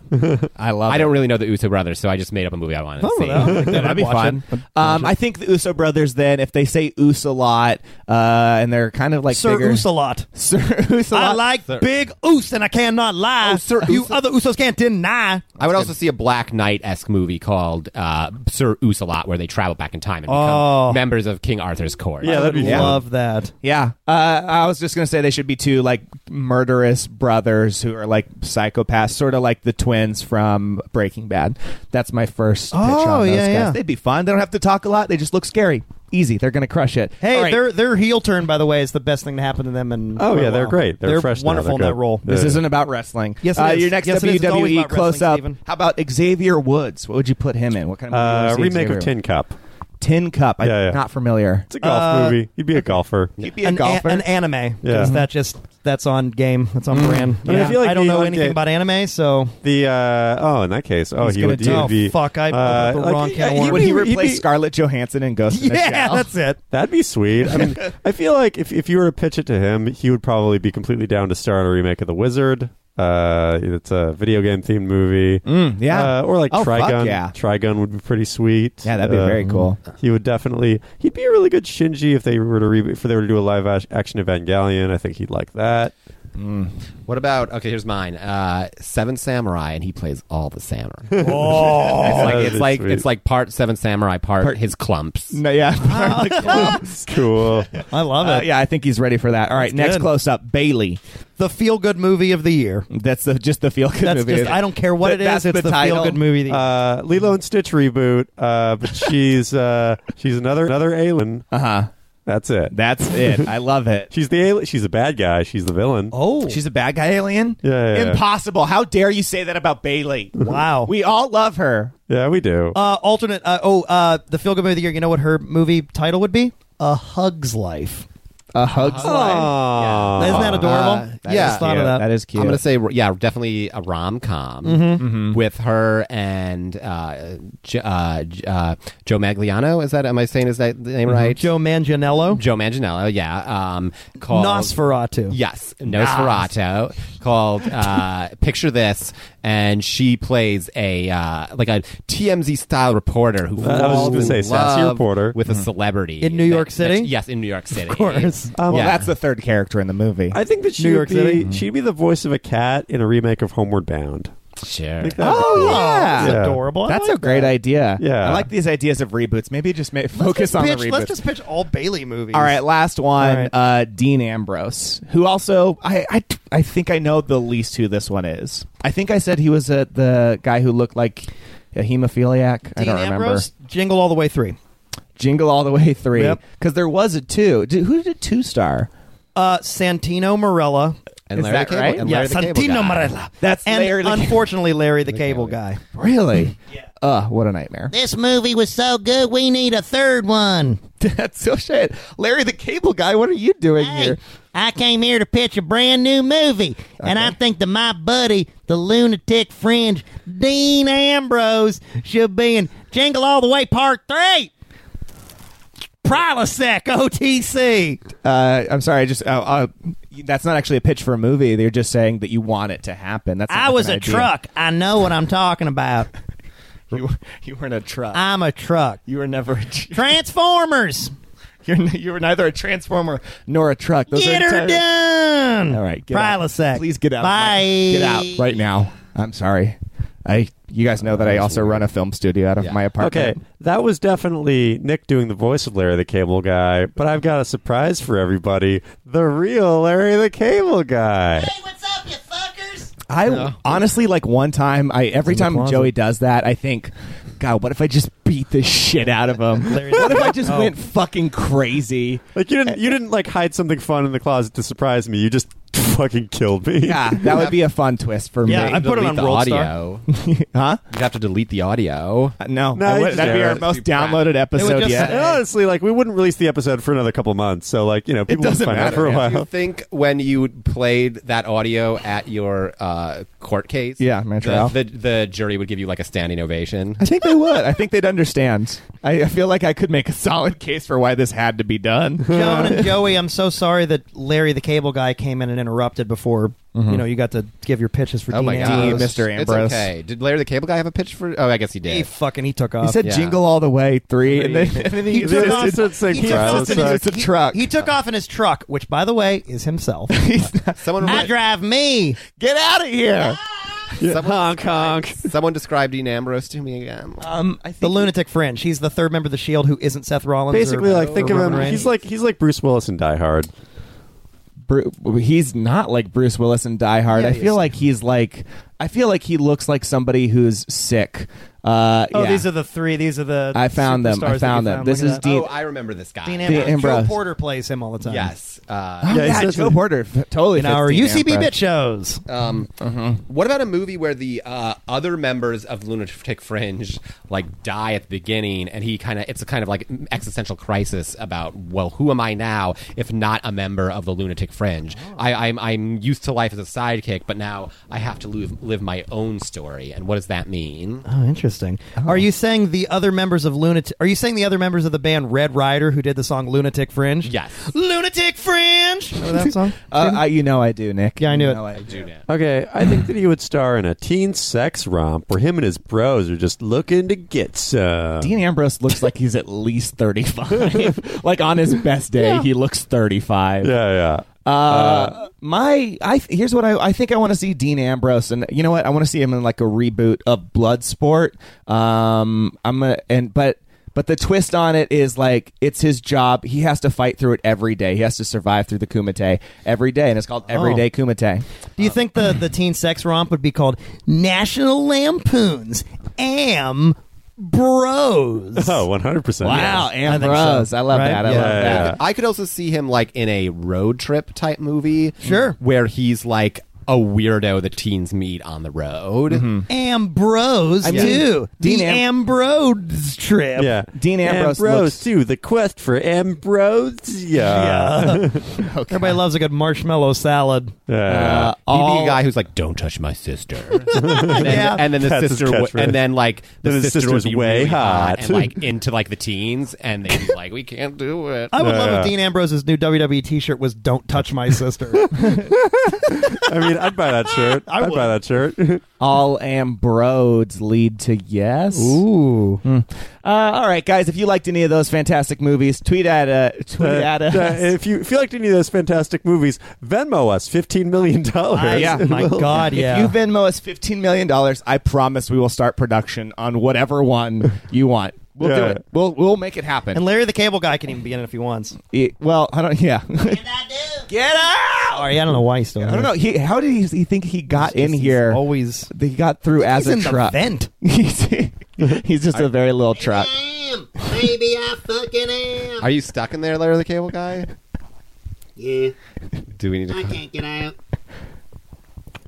S5: I love
S4: I
S5: it.
S4: don't really know the Uso brothers, so I just made up a movie I wanted to
S3: Oh,
S4: see.
S3: well, I like that.
S5: That'd be
S3: Watch
S5: fun.
S3: it.
S5: Um, I think the Uso brothers. Then, if they say Us a lot, uh, and they're kind of like
S3: Sir
S5: bigger,
S3: Oos a lot.
S5: [laughs] Sir Us a
S3: I
S5: lot.
S3: like big oos, and I cannot lie.
S5: Oh, Sir
S3: you
S5: Oos-
S3: other Usos can't deny.
S4: I would also see a Black Knight esque movie called uh, Sir Usalot, where they travel back in time and become
S3: Oh.
S4: members of King Arthur's court.
S2: Yeah, that'd be
S5: Yeah.
S2: fun. Uh,
S3: Love that.
S5: Yeah, uh, I was just gonna say they should be two like murderous brothers who are like psychopaths, sort of like the twins from Breaking Bad. That's my first. pitch
S3: Oh,
S5: on those
S3: yeah,
S5: guys.
S3: yeah.
S5: They'd be fun. They don't have to talk a lot. They just look scary. Easy. They're gonna crush it.
S3: Hey,
S5: All right.
S3: their their heel turn, by the way, is the best thing to happen to them. And
S2: Oh, yeah, they're great. They're fresh now.
S3: wonderful
S2: They're
S3: in that
S2: good.
S3: role.
S5: This
S2: Yeah.
S5: isn't about wrestling.
S3: Yes, it
S5: uh,
S3: is.
S5: your next
S3: Yes, it is. It's always
S5: WWE
S3: about wrestling,
S5: close up.
S3: Steven.
S5: How about Xavier Woods? What would you put him in? What kind of movie
S2: Uh,
S5: would you see
S2: remake
S5: Xavier
S2: of Tin Cup.
S5: Tin Cup? I'm
S2: Yeah, yeah.
S5: not familiar.
S2: It's a golf
S5: Uh,
S2: movie. You'd be a golfer.
S5: He'd be a
S3: Uh, An,
S5: golfer.
S3: a- an anime,
S2: Yeah.
S3: because that just that's on game. That's on brand.
S2: I mean, I feel like
S3: don't
S2: the
S3: know
S2: young
S3: anything
S2: kid-
S3: about anime, so
S2: The uh, oh, in that case, oh,
S5: He's
S2: he
S5: gonna
S2: would, he
S5: do-
S2: would be
S3: Oh, fuck,
S2: uh,
S3: I opened up the wrong can of
S2: he'd
S3: worms.
S5: would
S2: be-
S5: he
S2: he'd
S5: replace
S2: be-
S5: Scarlett Johansson and Ghost in the
S3: [laughs] yeah,
S5: Shell?
S3: that's it.
S2: That'd be sweet. I
S5: [laughs]
S2: mean, I feel like if, if you were to pitch it to him, he would probably be completely down to star in a remake of The Wizard. Uh, it's a video game themed movie.
S5: yeah.
S2: Uh, or like
S5: Oh, fuck
S2: Trigun.
S5: yeah.
S2: Trigun would be pretty sweet.
S5: Yeah, that'd be
S2: Uh,
S5: very cool.
S2: He would definitely. He'd be a really good Shinji if they were to re- if they were to do a live ash- action Evangelion. I think he'd like
S5: [laughs]
S2: that.
S4: What about okay? Here's mine. Uh, Seven Samurai, and he plays all
S2: [laughs]
S4: the samurai.
S3: Oh.
S4: it's like
S2: that'd
S4: it's
S2: be
S4: like
S2: sweet.
S4: it's like part Seven Samurai, part, his clumps.
S5: No, [laughs]
S3: [laughs]
S5: yeah.
S2: It's cool.
S5: [laughs]
S3: I love it.
S5: Uh, yeah, I think he's ready for that. All right, next
S3: good.
S5: close up, Bailey.
S3: The feel good movie of the year.
S5: That's the, just the feel good
S3: That's
S5: movie.
S3: just I don't care what
S5: That-
S3: it is.
S5: that's
S3: It's
S5: the
S3: the
S5: title.
S3: feel good movie. Of the year.
S2: Uh, Lilo and Stitch reboot. Uh,
S3: [laughs]
S2: but she's uh, she's another another alien.
S5: Uh
S3: Uh-huh.
S5: huh.
S2: That's it.
S5: That's it. I love it.
S2: She's the alien. She's a bad guy. She's the villain.
S3: [laughs] oh,
S5: She's a bad guy alien?
S2: Yeah, yeah, yeah.
S5: Impossible. How dare you say that about
S3: [laughs]
S5: Bailey?
S3: wow.
S5: We all love her.
S2: Yeah, we do.
S3: uh, alternate. Uh, oh, uh, the feel good movie of the year. You know what her movie title would be? A Hug's Life.
S5: A hug's life.
S2: Aw.
S3: Isn't that adorable?
S4: that
S3: yeah,
S4: is
S3: just thought of that.
S5: That is cute.
S4: I'm gonna say yeah, definitely a rom com
S2: Mm-hmm.
S3: Mm-hmm.
S4: with her and uh, J- uh, J- uh, Joe Magliano. Is that am I saying is that the name right?
S3: Mm-hmm. Joe Manganiello,
S4: Joe Manganiello. Yeah. Um, called
S3: Nosferatu.
S4: Yes, Nosferatu, called uh, "Picture This," and she plays a uh, like a TMZ style reporter who
S2: I was
S4: falls
S2: just gonna say,
S4: in
S2: sassy
S4: love
S2: reporter. Mm-hmm.
S4: with a celebrity
S3: In New
S4: that-
S3: York City?
S4: that- yes, in New York City, of
S3: course.
S5: well,
S4: yeah.
S5: that's the third character in the movie.
S2: I think that she
S3: New
S2: would
S3: York
S2: be,
S3: City?
S2: She'd be the voice of a cat in a remake of Homeward Bound. I
S4: Sure.
S2: think that'd be
S3: Oh,
S2: cool.
S5: yeah.
S3: That's
S2: Yeah.
S3: adorable. I
S5: That's
S3: like
S5: a great idea.
S2: Yeah.
S5: I like these ideas of reboots. Maybe just ma-
S3: Let's
S5: focus
S3: just
S5: on
S3: pitch,
S5: the reboots.
S3: Let's just pitch all Bailey movies.
S5: All right, last one.
S3: All right.
S5: Uh, Dean Ambrose, who also I, I I think I know the least who this one is. I think I said he was uh the guy who looked like a hemophiliac. I
S3: Dean
S5: don't
S3: Ambrose, Jingle All the Way Three.
S5: remember. Jingle all the way three
S3: Yep.
S5: because there was a two. Did, who did two star?
S3: Uh, Santino Morella.
S4: And
S5: Is
S4: Larry
S5: that
S4: the Cable,
S5: right?
S4: and
S3: Yeah,
S4: Larry the Cable
S3: Santino
S4: Guy.
S3: Morella.
S5: That's
S3: And
S5: Larry the-
S3: unfortunately, Larry the Cable Guy.
S5: [laughs] Really? yeah. Uh, what a nightmare. [laughs]
S3: This movie was so good, we need a third one.
S5: That's so shit. Larry the Cable Guy, what are you doing here?
S3: I came here to pitch a brand new movie, and I think that my buddy, the lunatic fringe Dean Ambrose, should be in Jingle All the Way Part 3. Prilosec OTC.
S5: Uh, I'm sorry. I just uh, uh, that's not actually a pitch for a movie. They're just saying that you want it to happen. That's not
S3: I
S5: like
S3: was
S5: an
S3: a
S5: idea.
S3: truck. I know what I'm talking about.
S5: [laughs] You, you weren't a truck.
S3: I'm a truck.
S5: you were never a truck.
S3: Transformers.
S5: [laughs] You're n- you were neither a transformer nor a truck. Those
S3: Get
S5: are
S3: her
S5: entire-
S3: done.
S5: All right, get out.
S3: Prilosec.
S5: Please get out. of my-
S3: Bye.
S5: get out right now. I'm sorry. I you guys know that I also run a film studio out of my
S2: Okay,
S5: apartment.
S2: that was definitely Nick doing the voice of Larry the Cable Guy, but I've got a surprise for everybody. The real Larry the Cable Guy.
S5: I honestly like one time. I every time Joey does that, I think, God, what if I just beat the shit out of him? what if I just went fucking crazy?
S2: Like you didn't you didn't like hide something fun in the closet to surprise me. You just [laughs] fucking killed me.
S5: Yeah, that would be a fun twist for
S3: Yeah,
S5: me.
S3: I put it
S4: Delete
S3: on
S4: the
S3: World Star.
S4: audio.
S5: [laughs] huh?
S4: You'd have to delete the audio.
S5: Uh, No,
S2: No,
S5: I
S2: you
S5: would-
S2: just
S5: that'd be
S2: do
S5: our
S2: it.
S5: most downloaded episode
S3: just-
S2: [laughs]
S5: yet.
S2: And honestly, like we wouldn't release the episode for another couple months, so like you know, people
S5: doesn't
S2: wouldn't find out
S5: matter,
S2: for a [laughs]
S5: yeah.
S4: Do you
S2: while.
S4: think when you played that audio at your uh, court case,
S5: Yeah, my trial.
S4: the, the, the jury would give you like a standing ovation?
S5: I think they would. I think they'd understand. I, I feel like I could make a solid case for why this had to be done. [laughs]
S3: Joan and Joey, I'm so sorry that Larry the Cable Guy came in and interrupted before
S5: Mm-hmm.
S3: you know you got to give your pitches for
S4: Oh
S3: Dean
S4: my god,
S3: Ambrose.
S5: Mr. Ambrose.
S4: It's okay. Did Larry the Cable Guy have a pitch for? Oh, I guess he
S3: He
S4: did.
S3: fucking he took off.
S5: He said
S4: Yeah.
S5: "Jingle All the Way" three, and then, and then he,
S2: It's just-
S5: insisted-
S2: it's a sick
S3: He took
S2: trial,
S3: off
S2: it's
S3: in his-
S2: like-
S5: It's a truck.
S3: He took off in his truck, which by the way
S5: [laughs]
S3: is himself.
S5: He's not-
S4: Someone,
S3: I drive me.
S5: Get out of here!
S2: Honk honk.
S4: someone described Dean Ambrose to me again.
S3: Um, the lunatic fringe. He's the third member of the Shield who isn't Seth Rollins. or-
S2: Basically, like think
S3: or
S2: of him.
S3: Roman Reigns.
S2: He's like he's like Bruce Willis in Die Hard.
S5: Bru- he's not like Bruce Willis in Die Hard.
S3: Yeah,
S5: I
S3: he
S5: feel
S3: is.
S5: like he's like I feel like he looks like somebody who's sick. Uh,
S3: oh,
S5: yeah.
S3: these are the three. These are the
S5: I found them. I
S3: superstars that
S5: found
S3: you
S5: them. This
S3: Look
S5: is
S3: at that.
S5: Dean.
S4: oh, I remember this guy.
S3: Dean
S5: Dean
S3: Ambrose. Joe
S5: Ambrose.
S3: Porter plays him all the time.
S4: Yes.
S5: Oh,
S4: Uh,
S5: yeah,
S2: Yeah, he's-
S5: Joe Porter f- totally
S3: In
S5: fits
S3: our
S5: Dean
S3: UCB
S5: Ambrose.
S3: bit shows.
S4: um, What about a movie where the uh, other members of Lunatic Fringe like die at the beginning, and he kind of it's a kind of like existential crisis about well, who am I now if not a member of the Lunatic Fringe?
S3: Oh.
S4: I, I'm I'm used to life as a sidekick, but now I have to live live my own story, and what does that mean?
S3: Oh, interesting. Are you saying the other members of Lunatic? Are you saying the other members of the band Red Rider who did the song Lunatic Fringe?
S4: Yes.
S3: Lunatic Fringe. Remember that song?
S5: Uh, I, you know I do, Nick.
S3: Yeah, I knew
S5: You
S3: it.
S5: know I
S4: Do that.
S2: Okay, I think that he would star in a teen sex romp where him and his bros are just looking to get some.
S5: Dean Ambrose looks like he's at least
S3: [laughs]
S5: 35. [laughs] like on his best day, he looks 35.
S2: yeah, yeah.
S5: Uh, my I here's what I I think I want to see Dean Ambrose and you know what I want to see him in like a reboot of Bloodsport. Um I'm gonna and but but the twist on it is like it's his job. He has to fight through it every day. He has to survive through the Kumite every day and it's
S2: Oh.
S5: called Everyday Kumite.
S3: [laughs] Do you think the the teen sex romp would be called National Lampoons Am Bros?
S2: Oh, 100%.
S5: Wow,
S2: yes.
S5: Ambrose. I, love
S3: Right?
S5: that. I
S2: Yeah,
S5: love
S2: yeah,
S5: that.
S2: yeah.
S4: I could also see him like in a road trip type movie.
S3: Sure.
S4: Where he's like a weirdo that teens meet on the road.
S3: Ambrose
S5: mean,
S3: too.
S5: Dean
S3: the
S5: Am-
S3: Ambrose trip.
S2: Yeah.
S5: Dean Ambrose
S2: Ambrose,
S5: looks-
S2: too. The quest for Ambrosia.
S3: Everybody loves a good marshmallow salad.
S2: Yeah.
S5: Uh,
S4: He'd be
S5: all-
S4: a guy who's like, "Don't touch my sister," [laughs] and then,
S3: Yeah.
S4: and then the
S2: That's his
S4: sister, would,
S2: catchphrase.
S4: and then like the
S2: Then his
S4: sister would
S2: sister's
S4: be
S2: way
S4: really hot.
S2: hot.
S4: and like into like the teens, and they'd be like, "We can't do it."
S3: I would
S2: Yeah,
S3: love if
S2: yeah.
S3: Dean Ambrose's new WWE T-shirt was "Don't touch my
S2: [laughs]
S3: sister."
S2: I mean, I'd buy that
S5: [laughs]
S2: shirt. I would buy that shirt.
S5: All Ambrodes lead to yes.
S3: Ooh,
S5: Uh, all right, guys. If you liked any of those fantastic movies, tweet at uh, tweet at us.
S2: Uh, uh, if you feel like any of those fantastic movies, Venmo us $15 million.
S5: Uh, yeah. [laughs]
S3: my God, yeah.
S5: If you Venmo us fifteen million dollars, I promise we will start production on whatever one you want. We'll do
S2: Yeah.
S5: it. We'll we'll make it happen.
S3: and Larry the Cable Guy can even be in it if he wants.
S5: It- well, I don't. Yeah, [laughs]
S3: Get out! Sorry, I don't know why he's still.
S5: I don't know. He, how did he, he think he got in here?
S3: Always
S5: That he got through as
S3: he's
S5: a
S3: in
S5: truck.
S3: the vent.
S5: [laughs] he's, he's just a very little truck.
S3: Baby, I fucking am.
S4: Are you stuck in there, Larry the Cable Guy?
S13: Yeah,
S4: [laughs] Do we need
S13: I
S4: to?
S13: can't get out.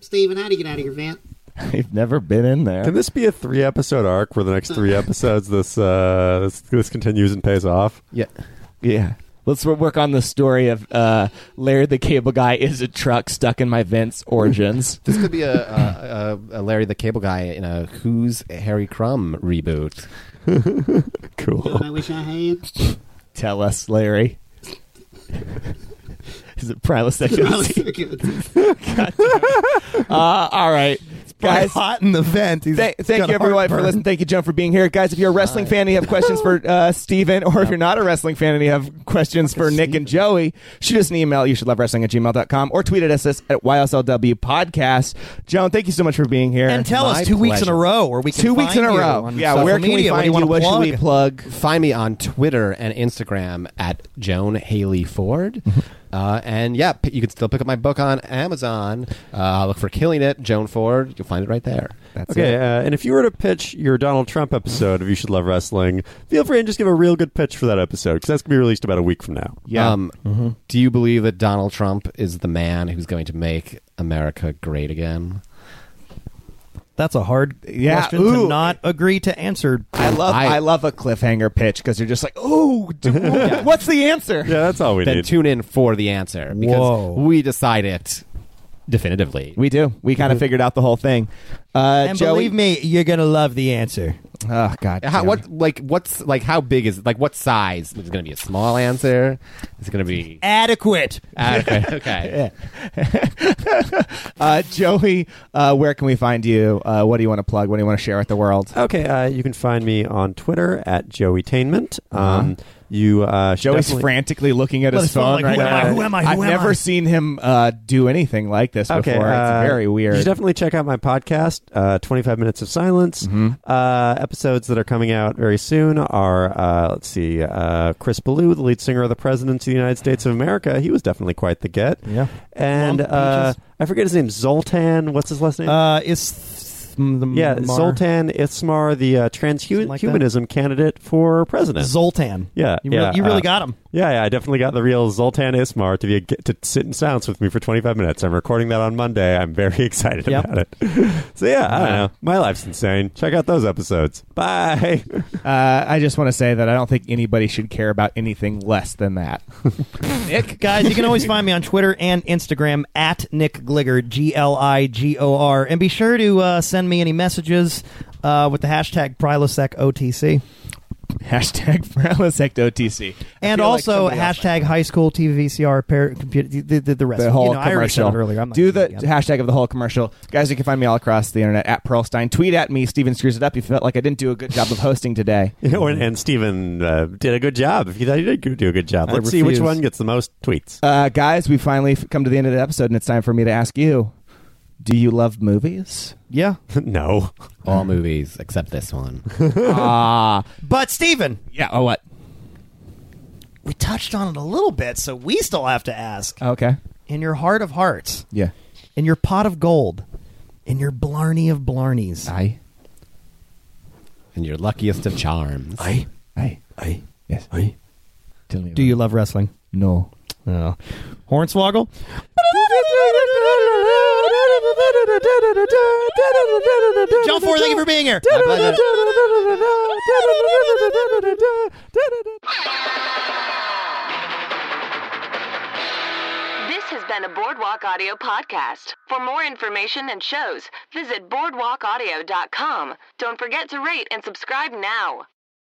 S13: Steven, how do you get out of your vent?
S5: [laughs] I've never been in there.
S2: Can this be a three episode arc where the next three episodes this uh this, this continues and pays off?
S4: Yeah.
S5: Yeah. Let's wo- work on the story of uh, Larry the Cable Guy is a truck stuck in my vents origins.
S4: This could be a, a, a, a Larry the Cable Guy in a Who's Harry Crumb [laughs] reboot.
S13: You know
S2: Cool.
S13: what I wish I had?
S5: Tell us, Larry. [laughs] Is it Primus
S3: [laughs]
S5: that
S13: I
S5: goes?
S13: was looking at this.
S5: uh, All right, guys.
S3: hot in the vent. He's
S5: Thank, thank
S3: got
S5: you, everyone, for
S3: heartburn.
S5: listening. Thank you, Joan, for being here. Guys, if you're a wrestling fan and you have questions for uh, Steven, or if you're not a wrestling fan and you have questions for Nick and Joey, shoot us an email. You should love wrestling at gmail.com or tweet at us at YSLW Podcast. Joan, thank you so much for being here.
S3: And tell
S4: My
S3: us two weeks in a
S4: pleasure.
S3: row, or we can
S5: Two weeks in
S3: find
S5: a
S3: you
S5: row.
S3: on
S5: Yeah,
S3: social
S5: where can we
S3: media.
S5: find
S3: what
S5: you?
S3: do you?
S5: What
S3: want to
S5: should we plug? Mm-hmm.
S4: Find me on Twitter and Instagram at Joan Haley Ford. Uh, and yeah, p- you can still pick up my book on Amazon. Uh, look for Killing It, Joan Ford. You'll find it right there. That's
S2: okay,
S4: it.
S2: uh, and if you were to pitch your Donald Trump episode of You Should Love Wrestling, feel free and just give a real good pitch for that episode because that's going to be released about a week from now.
S4: Um,
S5: Mm-hmm.
S4: Do you believe that Donald Trump is the man who's going to make America great again?
S3: That's a hard
S5: Yeah,
S3: question
S5: ooh.
S3: to not agree to answer.
S5: I love I, love a cliffhanger pitch because you're just like, oh,
S3: [laughs]
S5: what's the answer?
S2: Yeah, that's all we
S4: then
S2: need.
S4: tune in for the answer because
S5: Whoa.
S4: we decide it definitively.
S5: We do. We kind of figured out the whole thing. Uh,
S3: Mm-hmm. and
S5: Joey-
S3: believe me, you're gonna love the answer.
S5: Oh God.
S4: How,
S5: Joey.
S4: what like what's like how big is like what size is it going to be a small answer? Is it going
S5: [laughs]
S4: to be
S3: Adequate.
S5: Ah.
S4: adequate? [laughs] Okay.
S5: uh, Joey, uh, where can we find you? Uh, what do you want to plug? What do you want to share with the world?
S2: Okay, uh, you can find me on Twitter at JoeyTainment. Um, You, uh, should
S5: Joey's
S2: definitely-
S5: frantically looking at
S3: Well,
S5: his
S3: it's felt
S5: phone
S3: like,
S5: right now.
S3: who am I? Who am I? Who
S5: I've
S3: am
S5: never
S3: I?
S5: seen him uh, do anything like this before.
S2: uh,
S5: it's very
S2: You should
S5: weird.
S2: definitely check out my podcast, uh, 25 Minutes of Silence.
S3: Mm-hmm.
S2: Uh, episodes that are coming out very soon are, uh, let's see, uh, Chris Ballou, the lead singer of the Presidents of the United States of America. He was definitely quite the get.
S3: Yeah.
S2: And
S3: Lump
S2: uh,
S3: peaches.
S2: I forget his name, Zoltan. What's his last name?
S3: Uh, is the
S2: yeah,
S3: Mar-
S2: Zoltan Ismar, the uh, transhumanism
S3: like that.
S2: candidate for president.
S3: Zoltan.
S2: Yeah,
S3: you really,
S2: yeah,
S3: you really
S2: uh,
S5: [laughs]
S3: got him.
S2: Yeah, yeah, I definitely got the real Zoltan Ismar to be a, to sit in silence with me for 25 minutes. I'm recording that on Monday. I'm very [laughs] excited
S3: Yep.
S2: about it. So yeah, I don't know. My life's insane. Check out those episodes. Bye. [laughs]
S5: Uh, I just want to say that I don't think anybody should care about anything less than that. [laughs]
S3: [laughs] Guys, you can always find me on Twitter and Instagram at Nick Gligor, G L I G O R. And be sure to uh, send me any messages uh, with the hashtag PrilosecOTC.
S5: Hashtag Paralysect OTC.
S3: And also hashtag high school TV VCR par- computer, the, the, the rest.
S5: the whole
S3: you know, I already said
S5: commercial.
S3: it earlier. I'm not
S5: Do
S3: gonna
S5: the
S3: do it again.
S5: hashtag of the whole commercial, guys. You can find me all across the internet at Pearlstein. Tweet at me. Steven screws it up. You felt like I didn't do a good job of hosting today.
S2: and, and Steven uh, did a good job. If you thought you did do a good job,
S5: I
S2: let's see which
S5: refuse.
S2: one gets the most tweets. [laughs]
S5: Uh, guys, we finally f- come to the end of the episode, and it's time for me to ask you: Do you love movies?
S3: Yeah.
S2: no.
S4: All movies except this one.
S5: Ah,
S3: But, Steven,
S5: yeah. Oh, what?
S3: we touched on it a little bit, so we still have to ask.
S5: Oh, Okay.
S3: In your heart of hearts,
S5: Yeah.
S3: in your pot of gold, in your Blarney of Blarneys,
S5: I.
S4: And your luckiest of charms.
S5: I. I. Yes.
S2: I.
S5: Tell me.
S3: do you love wrestling?
S5: No.
S3: Oh. Hornswoggle? John Ford, thank you for being here.
S1: This has been a Boardwalk Audio podcast. For more information and shows, visit boardwalkaudio.com. Don't forget to rate and subscribe now.